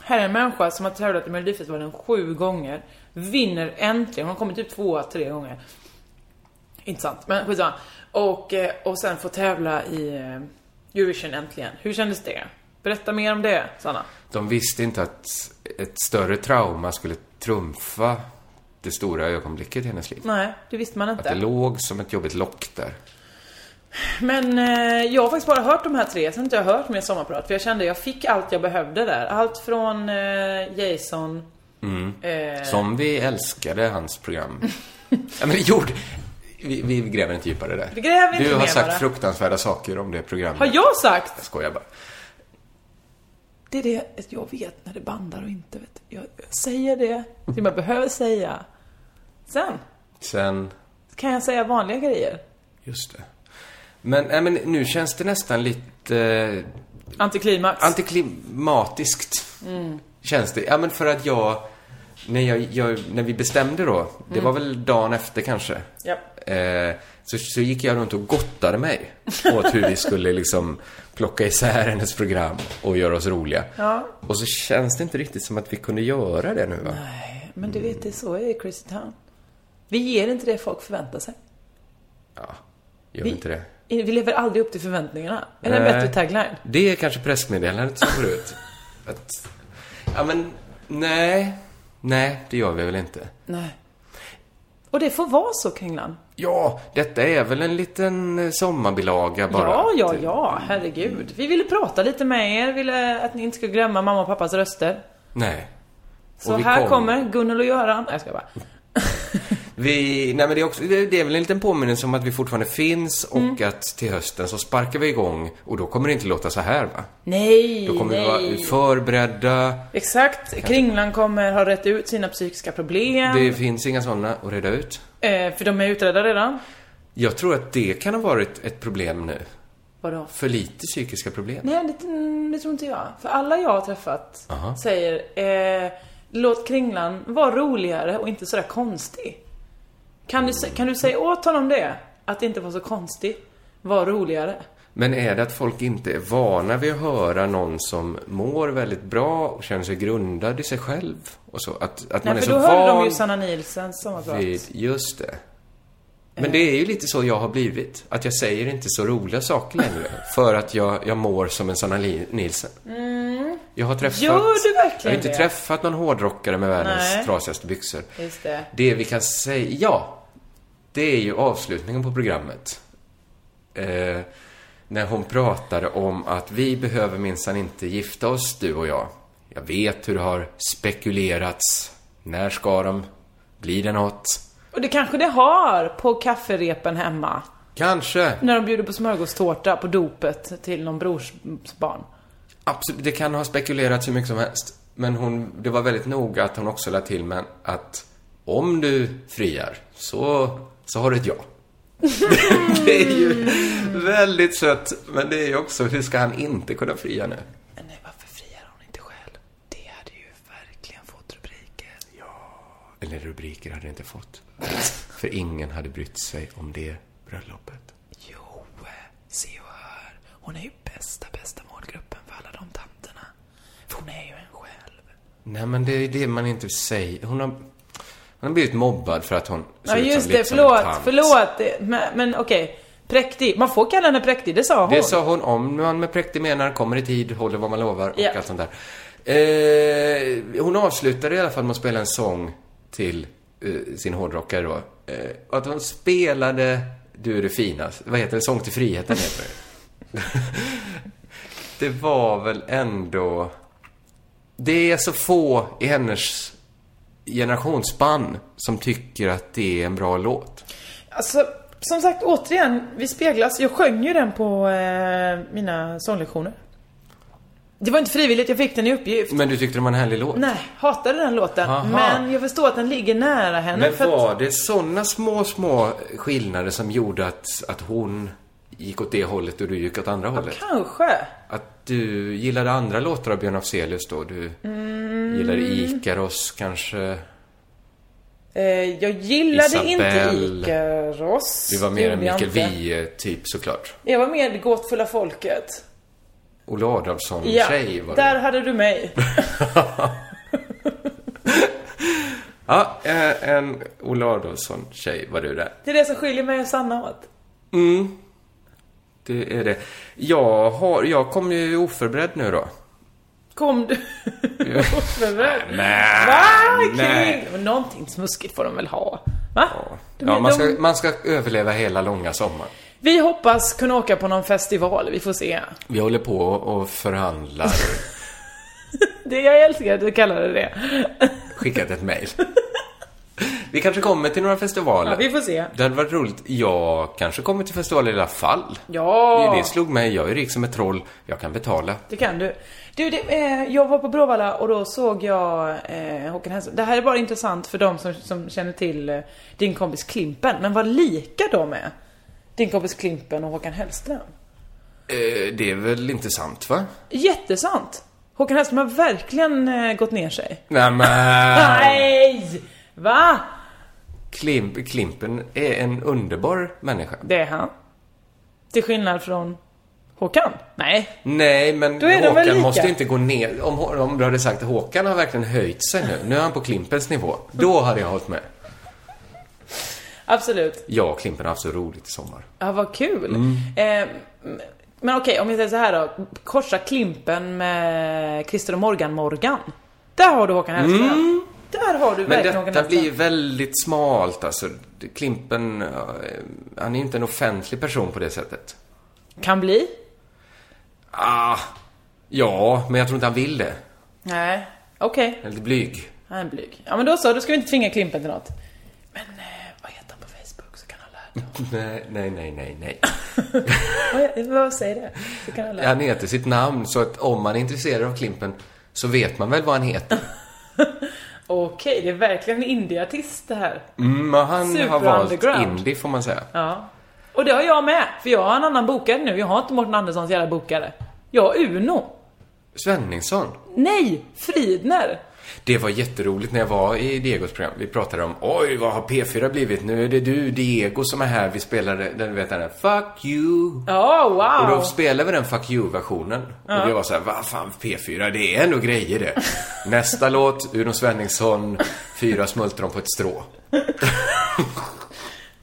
[SPEAKER 6] här är en människa som har tävlat i Melodifestivalen sju gånger, vinner äntligen, hon har kommit typ tvåa, tre gånger. Inte sant, men skitsamma. Och, eh, och sen få tävla i eh, Eurovision äntligen. Hur kändes det? Berätta mer om det, Sanna.
[SPEAKER 7] De visste inte att ett större trauma skulle trumfa det stora ögonblicket i hennes liv.
[SPEAKER 6] Nej, det visste man
[SPEAKER 7] Att
[SPEAKER 6] inte.
[SPEAKER 7] det låg som ett jobbigt lock där.
[SPEAKER 6] Men eh, jag har faktiskt bara hört de här tre, sen har inte jag hört mer sommarprat. För jag kände jag fick allt jag behövde där. Allt från eh, Jason...
[SPEAKER 7] Mm.
[SPEAKER 6] Eh.
[SPEAKER 7] Som vi älskade hans program. ja, men det gjorde... Vi, vi gräver inte djupare där.
[SPEAKER 6] Vi gräver inte
[SPEAKER 7] du har
[SPEAKER 6] mer
[SPEAKER 7] sagt
[SPEAKER 6] bara.
[SPEAKER 7] fruktansvärda saker om det programmet.
[SPEAKER 6] Har jag sagt?
[SPEAKER 7] Jag skojar bara.
[SPEAKER 6] Det är det jag vet när det bandar och inte. Vet. Jag, jag säger det som jag behöver säga. Sen
[SPEAKER 7] Sen...
[SPEAKER 6] kan jag säga vanliga grejer.
[SPEAKER 7] Just det. Men, nej, men nu känns det nästan lite... eh,
[SPEAKER 6] Antiklimax.
[SPEAKER 7] Antiklimatiskt.
[SPEAKER 6] Mm.
[SPEAKER 7] Känns det? Ja, men för att jag... När, jag, jag, när vi bestämde då, det
[SPEAKER 6] Mm.
[SPEAKER 7] var väl dagen efter kanske.
[SPEAKER 6] Ja.
[SPEAKER 7] Eh, så, så gick jag runt och gottade mig åt hur vi skulle liksom plocka isär hennes program och göra oss roliga.
[SPEAKER 6] Ja,
[SPEAKER 7] Och så känns det inte riktigt som att vi kunde göra det nu va?
[SPEAKER 6] men du vet, det är så är det i Crazy Town. Vi ger inte det folk förväntar sig.
[SPEAKER 7] Gör
[SPEAKER 6] vi-
[SPEAKER 7] vi inte det?
[SPEAKER 6] Vi lever aldrig upp till förväntningarna. Är det en
[SPEAKER 7] Nej.
[SPEAKER 6] bättre tagline?
[SPEAKER 7] Det är kanske pressmeddelandet som går ut. Att, ja men, nej. Nej, det gör vi väl inte.
[SPEAKER 6] Nej. Och det får vara så, Kringlan.
[SPEAKER 7] Ja, detta är väl en liten eh, sommarbilaga bara.
[SPEAKER 6] Ja, ja, ja, herregud. Vi ville prata lite med er, ville att ni inte skulle glömma mamma och pappas röster.
[SPEAKER 7] Nej.
[SPEAKER 6] Så
[SPEAKER 7] Och vi
[SPEAKER 6] här
[SPEAKER 7] kom-
[SPEAKER 6] kommer Gunnel och Göran. Nej, jag ska bara.
[SPEAKER 7] Vi, nej men det är, också, det det är väl en liten påminnelse om att vi fortfarande finns och
[SPEAKER 6] Mm.
[SPEAKER 7] att till hösten så sparkar vi igång och då kommer det inte låta så här va?
[SPEAKER 6] Nej,
[SPEAKER 7] Då kommer
[SPEAKER 6] nej.
[SPEAKER 7] vi vara förberedda.
[SPEAKER 6] Exakt. Kringlan kommer ha rätt ut sina psykiska problem.
[SPEAKER 7] Det finns inga sådana att reda ut.
[SPEAKER 6] Eh, för de är utredda redan.
[SPEAKER 7] Jag tror att det kan ha varit ett problem nu.
[SPEAKER 6] Vadå?
[SPEAKER 7] För lite psykiska problem.
[SPEAKER 6] Nej, det, mm, det tror inte jag. För alla jag har träffat
[SPEAKER 7] Aha.
[SPEAKER 6] säger eh, Låt Kringlan vara roligare och inte sådär konstig. Kan du, sä- kan du säga åt honom det? Att inte vara så konstig. Var roligare.
[SPEAKER 7] Men är det att folk inte är vana vid att höra någon som mår väldigt bra och känner sig grundad i sig själv? Och så, att, att man
[SPEAKER 6] Nej,
[SPEAKER 7] är
[SPEAKER 6] för
[SPEAKER 7] så
[SPEAKER 6] då
[SPEAKER 7] van...
[SPEAKER 6] hörde de ju Sanna Nielsens sommarprat.
[SPEAKER 7] Vid, just det. Men det är ju lite så jag har blivit. Att jag säger inte så roliga saker längre. för att jag, jag mår som en Sanna Li- Nielsen.
[SPEAKER 6] Mm,
[SPEAKER 7] Jag har träffat...
[SPEAKER 6] Gör du verkligen
[SPEAKER 7] Jag har inte
[SPEAKER 6] det?
[SPEAKER 7] träffat någon hårdrockare med världens
[SPEAKER 6] Nej.
[SPEAKER 7] trasigaste byxor.
[SPEAKER 6] just det.
[SPEAKER 7] Det vi kan säga... Ja! Det är ju avslutningen på programmet. Eh, när hon pratade om att vi behöver minsann inte gifta oss, du och jag. Jag vet hur det har spekulerats. När ska de? Blir det något?
[SPEAKER 6] Och det kanske det har på kafferepen hemma.
[SPEAKER 7] Kanske.
[SPEAKER 6] När de bjuder på smörgåstårta på dopet till någon brors barn.
[SPEAKER 7] Absolut, det kan ha spekulerats hur mycket som helst. Men hon, det var väldigt noga att hon också lade till men att om du friar så, så har du ett ja. det är ju väldigt sött, men det är ju också, hur ska han inte kunna fria nu? Men nej, varför friar hon inte själv? Det hade ju verkligen fått rubriker. Ja, eller rubriker hade det inte fått. För ingen hade brytt sig om det bröllopet.
[SPEAKER 6] Jo, se och hör. Hon är ju bästa, bästa målgruppen för alla de tanterna. För hon är ju en själv.
[SPEAKER 7] Nej, men det är ju det man inte säger. Hon har, hon har blivit mobbad för att hon
[SPEAKER 6] Ja,
[SPEAKER 7] ut som-
[SPEAKER 6] just
[SPEAKER 7] lite
[SPEAKER 6] det.
[SPEAKER 7] som en
[SPEAKER 6] Förlåt,
[SPEAKER 7] tant.
[SPEAKER 6] förlåt. Det- Men, men okej. Präktig. Man får kalla henne präktig, det sa hon.
[SPEAKER 7] Det sa hon om man med präktig menar, kommer i tid, håller vad man lovar och
[SPEAKER 6] Ja.
[SPEAKER 7] allt sånt där. Eh, hon avslutade i alla fall med att spela en sång till eh, sin hårdrockare då. Eh, och att hon spelade Du är det finaste, vad heter det, Sång till friheten heter det. det var väl ändå... Det är så få i hennes generationsspann som tycker att det är en bra låt.
[SPEAKER 6] Alltså, som sagt, återigen, vi speglas. Jag sjöng ju den på eh, mina sånglektioner. Det var inte frivilligt, jag fick den i uppgift.
[SPEAKER 7] Men du tyckte det var en härlig låt?
[SPEAKER 6] Nej, hatade den låten.
[SPEAKER 7] Mm. Aha.
[SPEAKER 6] Men jag förstår att den ligger nära henne.
[SPEAKER 7] Men
[SPEAKER 6] för att-
[SPEAKER 7] var det sådana små, små skillnader som gjorde att, att hon gick åt det hållet och du gick åt andra hållet?
[SPEAKER 6] Kanske.
[SPEAKER 7] Att du gillade andra låtar av Björn Afzelius då? Du
[SPEAKER 6] Mm.
[SPEAKER 7] gillade Ikaros kanske?
[SPEAKER 6] Eh, jag gillade
[SPEAKER 7] Isabelle.
[SPEAKER 6] inte Ikaros.
[SPEAKER 7] Du var mer
[SPEAKER 6] Det
[SPEAKER 7] en
[SPEAKER 6] gjorde jag
[SPEAKER 7] Mikael
[SPEAKER 6] inte.
[SPEAKER 7] Wiehe-typ såklart.
[SPEAKER 6] Jag var med i Det gåtfulla folket.
[SPEAKER 7] Olle Adolphson-tjej
[SPEAKER 6] Ja,
[SPEAKER 7] var
[SPEAKER 6] där
[SPEAKER 7] du.
[SPEAKER 6] hade du mig.
[SPEAKER 7] Ja, eh, en Olle Adolphson-tjej var du där.
[SPEAKER 6] Det är det som skiljer mig och Sanna åt.
[SPEAKER 7] Mm. Det är det. Jag, har, jag kom ju oförberedd nu då.
[SPEAKER 6] Kom du? Oförberedd?
[SPEAKER 7] Nej,
[SPEAKER 6] Va?
[SPEAKER 7] nej.
[SPEAKER 6] Kul! Men Någonting smuskigt får de väl ha? Va? De-
[SPEAKER 7] Ja, man ska,
[SPEAKER 6] de-
[SPEAKER 7] man ska överleva hela långa sommaren.
[SPEAKER 6] Vi hoppas kunna åka på någon festival, vi får se.
[SPEAKER 7] Vi håller på och förhandlar.
[SPEAKER 6] Det, jag älskar att du kallar det det.
[SPEAKER 7] Skickat ett mejl. Vi kanske kommer till några festivaler.
[SPEAKER 6] Ja, vi får se.
[SPEAKER 7] Det hade varit roligt. Jag kanske kommer till festivaler i alla fall.
[SPEAKER 6] Ja!
[SPEAKER 7] Det, det slog mig. Jag är rik som ett troll. Jag kan betala.
[SPEAKER 6] Det kan du. Du, det, eh, jag var på Bråvalla och då såg jag eh, Håkan Hellström. Det här är bara intressant för de som, som känner till eh, din kompis Klimpen. Men vad lika de är. Din kompis Klimpen och Håkan Hellström.
[SPEAKER 7] Eh, det är väl inte sant, va?
[SPEAKER 6] Jättesant! Håkan Hellström har verkligen eh, gått ner sig.
[SPEAKER 7] Nämen!
[SPEAKER 6] Nej! Va?
[SPEAKER 7] Klimp, Klimpen är en underbar människa.
[SPEAKER 6] Det är han. Till skillnad från Håkan. Nej.
[SPEAKER 7] Nej, men
[SPEAKER 6] Då är de väl
[SPEAKER 7] Håkan
[SPEAKER 6] lika.
[SPEAKER 7] måste inte gå ner. Om, om du hade sagt att Håkan har verkligen höjt sig nu. Nu är han på Klimpens nivå. Då hade jag hållit med.
[SPEAKER 6] Absolut.
[SPEAKER 7] Jag och Klimpen har haft så roligt i sommar.
[SPEAKER 6] Ja, vad kul.
[SPEAKER 7] Mm.
[SPEAKER 6] Eh, men okej, om vi säger så här då. Korsa Klimpen med Christer och Morgan-Morgan. Där har du Håkan Hellström.
[SPEAKER 7] Mm.
[SPEAKER 6] Där har du
[SPEAKER 7] Men
[SPEAKER 6] verkligen Håkan
[SPEAKER 7] detta
[SPEAKER 6] Hellström.
[SPEAKER 7] blir ju väldigt smalt alltså. Klimpen, eh, han är ju inte en offentlig person på det sättet.
[SPEAKER 6] Kan bli.
[SPEAKER 7] Ah, ja, men jag tror inte han vill det.
[SPEAKER 6] Nej. Okej.
[SPEAKER 7] Han är lite blyg.
[SPEAKER 6] Han är blyg. Ja, men då så. Då ska vi inte tvinga Klimpen till något. eh,
[SPEAKER 7] nej, nej, nej, nej, nej.
[SPEAKER 6] Vad- vad säger det? Så kan alla...
[SPEAKER 7] Han heter sitt namn, så att om man är intresserad av Klimpen så vet man väl vad han heter.
[SPEAKER 6] Okej, det är verkligen en indieartist det här.
[SPEAKER 7] Mm, och han har valt
[SPEAKER 6] Super-underground.
[SPEAKER 7] indie, får man säga.
[SPEAKER 6] Ja. Och det har jag med, för jag har en annan bokare nu. Jag har inte Mårten Anderssons jävla bokare. Jag har Uno.
[SPEAKER 7] Svenningsson.
[SPEAKER 6] Nej! Fridner!
[SPEAKER 7] Det var jätteroligt när jag var i Diegos program. Vi pratade om oj, vad har P4 blivit? Nu är det du, Diego, som är här. Vi spelade, den, du vet den där, Fuck you.
[SPEAKER 6] Ja,
[SPEAKER 7] Och
[SPEAKER 6] wow!
[SPEAKER 7] då spelade vi den Fuck you-versionen.
[SPEAKER 6] Ja.
[SPEAKER 7] Och vi var så här, vad fan P4, det är ändå grejer det. Nästa låt, Uno Svenningsson, Fyra smultron på ett strå.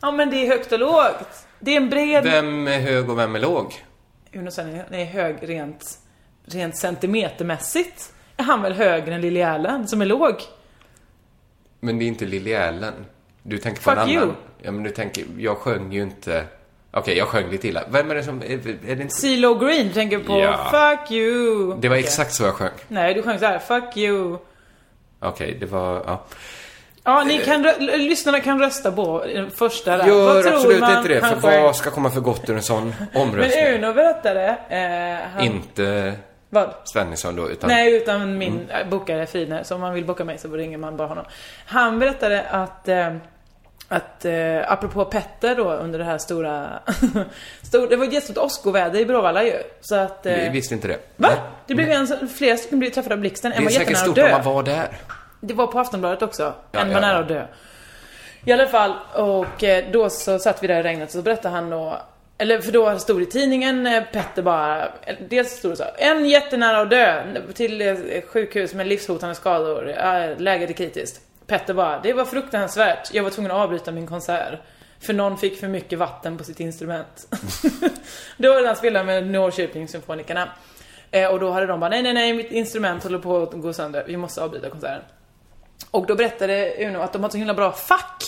[SPEAKER 6] Ja, men det är högt och lågt. Det är en bred...
[SPEAKER 7] Vem är hög och vem är låg?
[SPEAKER 6] Uno Svenningsson är hög rent, rent centimetermässigt. Är han väl högre än Lily Allen, som är låg?
[SPEAKER 7] Men det är inte Lily Allen. Du tänker på
[SPEAKER 6] Fuck
[SPEAKER 7] en annan.
[SPEAKER 6] you.
[SPEAKER 7] Ja, men du tänker, jag sjöng ju inte Okej, jag sjöng lite illa. Vem är det som... Är, är det inte...
[SPEAKER 6] CeeLo Green tänker på
[SPEAKER 7] Ja.
[SPEAKER 6] Fuck you.
[SPEAKER 7] Det var
[SPEAKER 6] Okej.
[SPEAKER 7] exakt så jag sjöng.
[SPEAKER 6] Nej, du sjöng så här. Fuck you.
[SPEAKER 7] Okej, det var... Ja.
[SPEAKER 6] Ja, ni kan, rö- l- lyssnarna kan rösta på den första där. Vad
[SPEAKER 7] Eh. Gör
[SPEAKER 6] tror
[SPEAKER 7] absolut
[SPEAKER 6] man
[SPEAKER 7] inte det, för
[SPEAKER 6] han sjöng?
[SPEAKER 7] vad ska komma för gott ur en sån
[SPEAKER 6] Men
[SPEAKER 7] omröstning?
[SPEAKER 6] Uno berättade... Eh, han,
[SPEAKER 7] Inte
[SPEAKER 6] Vad?
[SPEAKER 7] Svenningsson då, utan...
[SPEAKER 6] Nej, utan min mm. bokare Frine. Så om man vill boka mig så ringer man bara honom. Han berättade att, eh, att eh, apropå Petter då under det här stora... stor, det var ett jättestort åskoväder i Bråvalla ju. Så att... eh,
[SPEAKER 7] Vi visste inte det.
[SPEAKER 6] Va? Det blev ju en, som- flera stycken blev träffade av blixten. En
[SPEAKER 7] Det är
[SPEAKER 6] var
[SPEAKER 7] säkert
[SPEAKER 6] jättenära att
[SPEAKER 7] stort
[SPEAKER 6] dö.
[SPEAKER 7] om man var där.
[SPEAKER 6] Det var på Aftonbladet också.
[SPEAKER 7] Ja,
[SPEAKER 6] en var
[SPEAKER 7] ja,
[SPEAKER 6] nära
[SPEAKER 7] ja.
[SPEAKER 6] att dö. I alla fall, och eh, då så satt vi där i regnet och så berättade han då eller för då stod det i tidningen, eh, Petter bara, eller dels stod det så här, en jättenära att dö till eh, sjukhus med livshotande skador, Eh, läget är kritiskt. Petter bara, det var fruktansvärt, jag var tvungen att avbryta min konsert. För någon fick för mycket vatten på sitt instrument. då hade han spelat med Norrköpingssymfonikerna. Eh, och då hade de bara, nej nej nej, mitt instrument håller på att gå sönder, vi måste avbryta konserten. Och då berättade Uno att de har så himla bra fack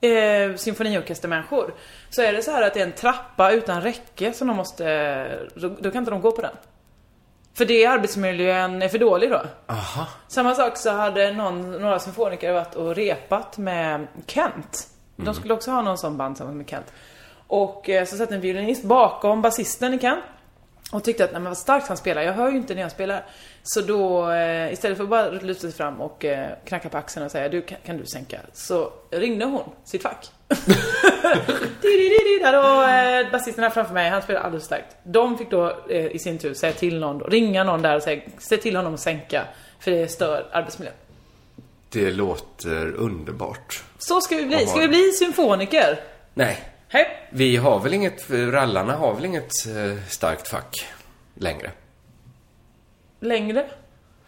[SPEAKER 6] eh, symfoniorkestermänniskor. Så är det så här att det är en trappa utan räcke som de måste... Då, då kan inte de gå på den. För det är arbetsmiljön är för dålig då.
[SPEAKER 7] Aha.
[SPEAKER 6] Samma sak så hade någon, några symfoniker varit och repat med Kent. De
[SPEAKER 7] Mm.
[SPEAKER 6] skulle också ha någon sån band tillsammans med Kent. Och eh, så satt en violinist bakom basisten i Kent. Och tyckte att, nej men vad starkt han spelar, jag hör ju inte när jag spelar. Så då, eh, istället för att bara luta sig fram och eh, knacka på axeln och säga, du kan, kan du sänka? Så ringde hon sitt fack. Di-di-di-di, Där då, eh, basisten här framför mig, han spelar alldeles starkt. De fick då eh, i sin tur säga till någon, då, ringa någon där och säga, se till honom att sänka. För det stör arbetsmiljön.
[SPEAKER 7] Det låter underbart.
[SPEAKER 6] Så ska vi bli,
[SPEAKER 7] Vad
[SPEAKER 6] ska
[SPEAKER 7] var
[SPEAKER 6] vi
[SPEAKER 7] det?
[SPEAKER 6] bli symfoniker?
[SPEAKER 7] Nej.
[SPEAKER 6] Hej!
[SPEAKER 7] Vi har väl inget, rallarna har väl inget eh, starkt fack längre?
[SPEAKER 6] Längre?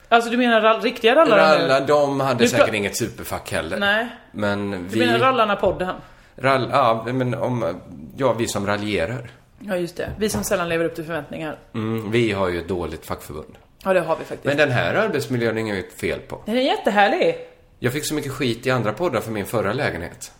[SPEAKER 6] Alltså du menar rall, riktiga rallare?
[SPEAKER 7] Rallar, de hade
[SPEAKER 6] Nu pra-
[SPEAKER 7] säkert inget superfack heller.
[SPEAKER 6] Nej.
[SPEAKER 7] Men
[SPEAKER 6] Du
[SPEAKER 7] vi...
[SPEAKER 6] menar rallarna-podden?
[SPEAKER 7] Rall, ja, men om, ja, vi som raljerar.
[SPEAKER 6] Ja just det, vi som sällan lever upp till förväntningar.
[SPEAKER 7] Mm, vi har ju ett dåligt fackförbund.
[SPEAKER 6] Ja det har vi faktiskt.
[SPEAKER 7] Men den här arbetsmiljön är inget fel på.
[SPEAKER 6] Den är jättehärlig!
[SPEAKER 7] Jag fick så mycket skit i andra poddar för min förra lägenhet.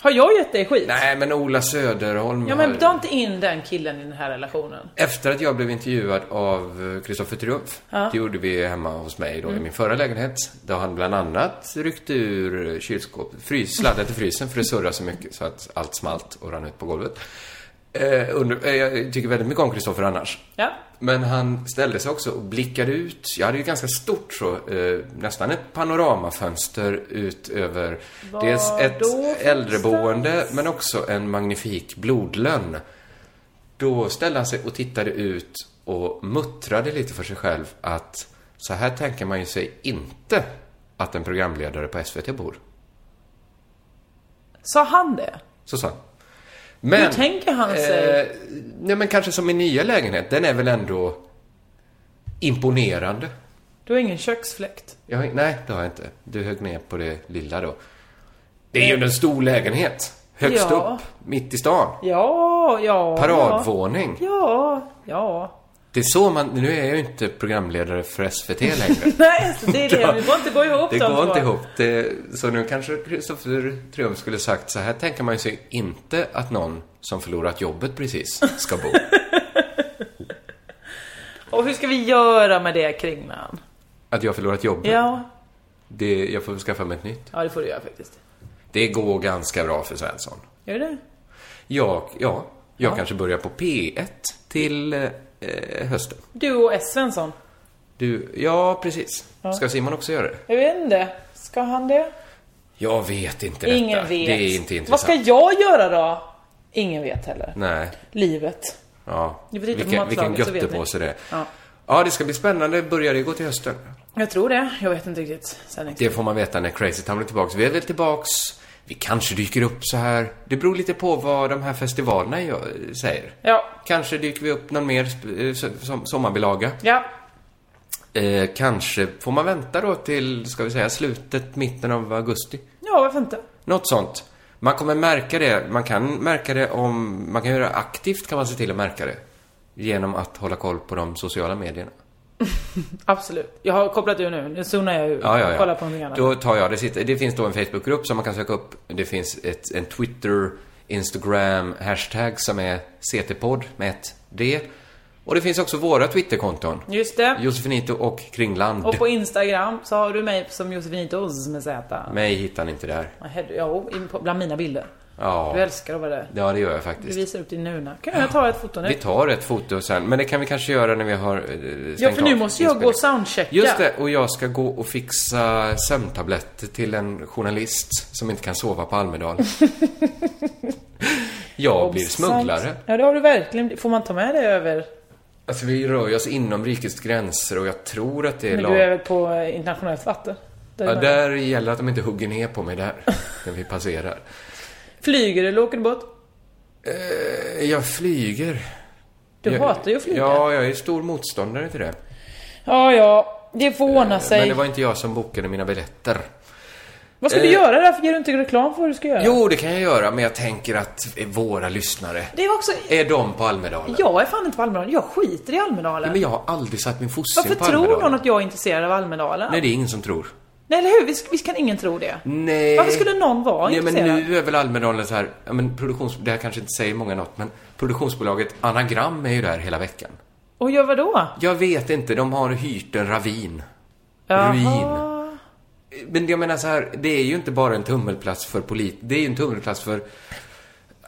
[SPEAKER 6] Har jag gett dig skit?
[SPEAKER 7] Nej, men Ola Söderholm
[SPEAKER 6] Ja
[SPEAKER 7] har-
[SPEAKER 6] men ta inte in den killen i den här relationen.
[SPEAKER 7] Efter att jag blev intervjuad av Kristoffer Triumf,
[SPEAKER 6] Ja.
[SPEAKER 7] det gjorde vi hemma hos mig då i
[SPEAKER 6] Mm.
[SPEAKER 7] min förra lägenhet, där han bland annat ryckte ur kylskåpet, frys, sladden till frysen för det surrade så mycket så att allt smalt och rann ut på golvet. Eh, under, eh, jag tycker väldigt mycket om Kristoffer annars.
[SPEAKER 6] Ja.
[SPEAKER 7] Men han ställde sig också och blickade ut. Jag hade ju ganska stort så, eh, nästan ett panoramafönster ut över
[SPEAKER 6] Var
[SPEAKER 7] dels ett
[SPEAKER 6] då finns
[SPEAKER 7] äldreboende men också en magnifik blodlön. Då ställde han sig och tittade ut och muttrade lite för sig själv att så här tänker man ju sig inte att en programledare på SVT bor.
[SPEAKER 6] Sa han det?
[SPEAKER 7] Så sa han.
[SPEAKER 6] Hur tänker han sig?
[SPEAKER 7] Eh, nej, men kanske som min nya lägenhet. Den är väl ändå imponerande.
[SPEAKER 6] Du har ingen köksfläkt.
[SPEAKER 7] Jag, har- nej, det har jag inte. Du högg ner på det lilla då. Det är ju en stor lägenhet. Högst
[SPEAKER 6] Eh. Ja.
[SPEAKER 7] upp, mitt i stan.
[SPEAKER 6] Ja, ja.
[SPEAKER 7] Paradvåning.
[SPEAKER 6] Ja, ja.
[SPEAKER 7] Det är så man... Nu är jag ju inte programledare för SVT längre.
[SPEAKER 6] Nej, så det är det. Det går inte att gå ihop
[SPEAKER 7] det
[SPEAKER 6] de
[SPEAKER 7] går
[SPEAKER 6] två.
[SPEAKER 7] inte ihop. Det, så nu kanske Kristoffer Triumf skulle sagt så här tänker man ju sig inte att någon som förlorat jobbet precis ska bo.
[SPEAKER 6] Och hur ska vi göra med det Kringlan?
[SPEAKER 7] att jag förlorat jobbet.
[SPEAKER 6] Ja,
[SPEAKER 7] Det, jag får väl skaffa mig ett nytt.
[SPEAKER 6] ja det får du göra faktiskt.
[SPEAKER 7] Det går ganska bra för Svensson.
[SPEAKER 6] Gör det?
[SPEAKER 7] Jag, ja, jag kanske börjar på P1 till eh, hösten.
[SPEAKER 6] Du och S. Svensson.
[SPEAKER 7] Du, ja precis.
[SPEAKER 6] Ja.
[SPEAKER 7] Ska Simon också göra det?
[SPEAKER 6] Jag vet inte. Ska han det?
[SPEAKER 7] Jag vet inte detta.
[SPEAKER 6] Ingen vet.
[SPEAKER 7] Det är inte
[SPEAKER 6] Vad
[SPEAKER 7] intressant.
[SPEAKER 6] ska jag göra då? Ingen vet heller.
[SPEAKER 7] Nej.
[SPEAKER 6] Livet.
[SPEAKER 7] Ja.
[SPEAKER 6] Du får titta på
[SPEAKER 7] Vilken, vilken
[SPEAKER 6] matlaget så vet
[SPEAKER 7] göttepåse
[SPEAKER 6] ni.
[SPEAKER 7] det är.
[SPEAKER 6] Ja.
[SPEAKER 7] Ja, det ska bli spännande. Börjar det gå till hösten?
[SPEAKER 6] Jag tror det. Jag vet inte riktigt. Sen
[SPEAKER 7] Det får man veta när Crazy Town är tillbaks. Vi är väl tillbaks. Vi kanske dyker upp så här. Det beror lite på vad de här festivalerna gör, säger.
[SPEAKER 6] Ja.
[SPEAKER 7] Kanske dyker vi upp någon mer sp- eh, so- som- sommarbilaga.
[SPEAKER 6] Ja.
[SPEAKER 7] Eh, kanske får man vänta då till, ska vi säga, slutet, mitten av augusti.
[SPEAKER 6] Ja, varför inte?
[SPEAKER 7] Något sånt. Man kommer märka det. Man kan märka det om... Man kan göra aktivt kan man se till att märka det. Genom att hålla koll på de sociala medierna.
[SPEAKER 6] Absolut. Jag har kopplat ur nu. Nu zonar jag ur.
[SPEAKER 7] Ja, ja, ja.
[SPEAKER 6] Kollar på någonting annat.
[SPEAKER 7] Då tar jag det. sitter- Det finns då en Facebookgrupp som man kan söka upp. Det finns ett, en Twitter, Instagram-hashtag som är CT-podd med ett D. Och det finns också våra Twitterkonton.
[SPEAKER 6] Just det.
[SPEAKER 7] Josefinito och Kringland.
[SPEAKER 6] Och på Instagram så har du mig som Josefinitos med Z.
[SPEAKER 7] Mig hittar ni inte där.
[SPEAKER 6] Nähä, du- Jo, in på- bland mina bilder.
[SPEAKER 7] Ja.
[SPEAKER 6] Du älskar att vara där.
[SPEAKER 7] Ja, det gör jag
[SPEAKER 6] Du
[SPEAKER 7] faktiskt.
[SPEAKER 6] visar upp din nuna. Kan jag ta ett foto nu?
[SPEAKER 7] Vi tar ett foto sen, men det kan vi kanske göra när vi har eh, stängt
[SPEAKER 6] Ja, för nu
[SPEAKER 7] av
[SPEAKER 6] måste jag gå och soundchecka.
[SPEAKER 7] Just det, och jag ska gå och fixa sömntabletter till en journalist som inte kan sova på Almedal. jag blir smugglare.
[SPEAKER 6] Sant. Ja, det har du verkligen. Får man ta med det över?
[SPEAKER 7] Alltså vi rör ju oss inom rikets gränser och jag tror att det är
[SPEAKER 6] Men
[SPEAKER 7] lag...
[SPEAKER 6] du är väl på eh, internationellt vatten? Där
[SPEAKER 7] Ja,
[SPEAKER 6] man-
[SPEAKER 7] där gäller att de inte hugger ner på mig där, när vi passerar.
[SPEAKER 6] Flyger du eller åker du båt?
[SPEAKER 7] Eh, Jag flyger.
[SPEAKER 6] Du
[SPEAKER 7] jag,
[SPEAKER 6] hatar ju att flyga.
[SPEAKER 7] Ja, jag är stor motståndare till det.
[SPEAKER 6] Ja, ja. Det får ordna sig.
[SPEAKER 7] Eh, Men det var inte jag som bokade mina biljetter.
[SPEAKER 6] Vad ska du
[SPEAKER 7] Eh,
[SPEAKER 6] göra där? För ger du inte reklam för vad du ska göra?
[SPEAKER 7] Jo, det kan jag göra, men jag tänker att våra lyssnare,
[SPEAKER 6] Det är också...
[SPEAKER 7] är de på Almedalen?
[SPEAKER 6] Jag är fan inte på Almedalen. Jag skiter i
[SPEAKER 7] Ja,
[SPEAKER 6] Almedalen.
[SPEAKER 7] men jag har aldrig satt min fosse
[SPEAKER 6] Varför
[SPEAKER 7] på
[SPEAKER 6] tror
[SPEAKER 7] Almedalen.
[SPEAKER 6] någon att jag är intresserad av Almedalen?
[SPEAKER 7] Nej, Mm. det är ingen som tror.
[SPEAKER 6] Nej, eller hur? Visst, visst kan ingen tro det?
[SPEAKER 7] Nej.
[SPEAKER 6] Varför skulle någon vara
[SPEAKER 7] Nej, men
[SPEAKER 6] intresserad?
[SPEAKER 7] nu är väl Almedalen så här, ja, men produktions... Det här kanske inte säger många något, men produktionsbolaget Anagram är ju där hela veckan.
[SPEAKER 6] Och gör vadå?
[SPEAKER 7] Jag vet inte, de har hyrt en ravin.
[SPEAKER 6] Jaha.
[SPEAKER 7] Ruin. Men jag menar så här, det är ju inte bara en tummelplats för polit... Det är ju en tummelplats för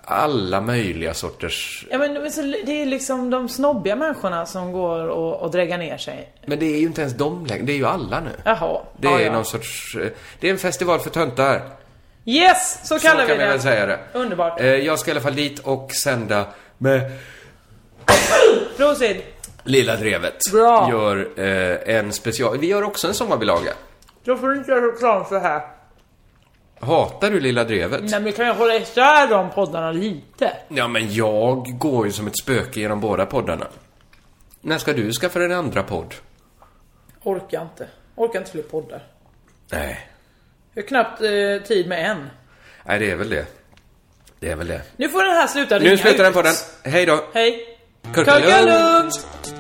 [SPEAKER 7] alla möjliga sorters...
[SPEAKER 6] Ja, men men så det är liksom de snobbiga människorna som går och, och dräggar ner sig.
[SPEAKER 7] Men det är ju inte ens de längre, det är ju alla nu.
[SPEAKER 6] Jaha.
[SPEAKER 7] Det
[SPEAKER 6] ja,
[SPEAKER 7] är
[SPEAKER 6] ja.
[SPEAKER 7] någon sorts... eh, Det är en festival för töntar.
[SPEAKER 6] Yes! Så kallar
[SPEAKER 7] så
[SPEAKER 6] vi
[SPEAKER 7] kan
[SPEAKER 6] det.
[SPEAKER 7] väl säga det.
[SPEAKER 6] Underbart.
[SPEAKER 7] Eh, Jag ska i alla fall dit och sända med
[SPEAKER 6] Prosit!
[SPEAKER 7] Lilla Drevet.
[SPEAKER 6] Bra.
[SPEAKER 7] Gör eh, en special... Vi gör också en sommarbilaga.
[SPEAKER 6] Då får du inte göra reklam för här.
[SPEAKER 7] Hatar du Lilla Drevet?
[SPEAKER 6] Nej, men kan jag hålla isär de poddarna lite?
[SPEAKER 7] Ja, men jag går ju som ett spöke genom båda poddarna. När ska du skaffa en andra podd?
[SPEAKER 6] Orkar inte. Orkar inte fler poddar.
[SPEAKER 7] Nej.
[SPEAKER 6] Jag har knappt eh, tid med en.
[SPEAKER 7] Nej, det är väl det. Det är väl det.
[SPEAKER 6] Nu får den här sluta ringa
[SPEAKER 7] Nu slutar den
[SPEAKER 6] ut.
[SPEAKER 7] podden. Hej då.
[SPEAKER 6] Hej!
[SPEAKER 7] Kurka
[SPEAKER 6] Kurka
[SPEAKER 7] lugnt.
[SPEAKER 6] lugnt!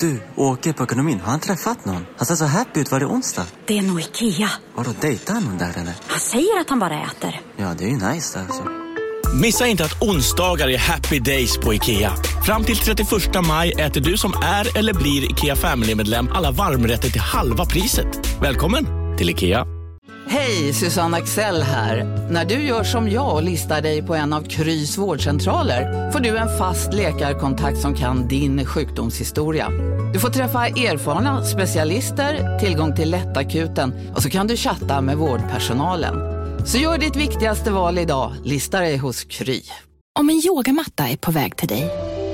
[SPEAKER 13] Du, åker på ekonomin. Har han träffat någon? Han ser så happy ut. Var det onsdag?
[SPEAKER 14] Det är nog Ikea.
[SPEAKER 13] Vadå, dejtar han någon där eller?
[SPEAKER 14] Han säger att han bara äter.
[SPEAKER 13] Ja, det är ju nice alltså.
[SPEAKER 15] Missa inte att onsdagar är happy days på IKEA. Fram till 31 maj äter du som är eller blir IKEA Family-medlem alla varmrätter till halva priset. Välkommen till IKEA.
[SPEAKER 16] Hej, Susanne Axel här. När du gör som jag och listar dig på en av Krys vårdcentraler får du en fast läkarkontakt som kan din sjukdomshistoria. Du får träffa erfarna specialister, tillgång till lättakuten och så kan du chatta med vårdpersonalen. Så gör ditt viktigaste val idag, listar dig hos Kry.
[SPEAKER 17] Om en yogamatta är på väg till dig,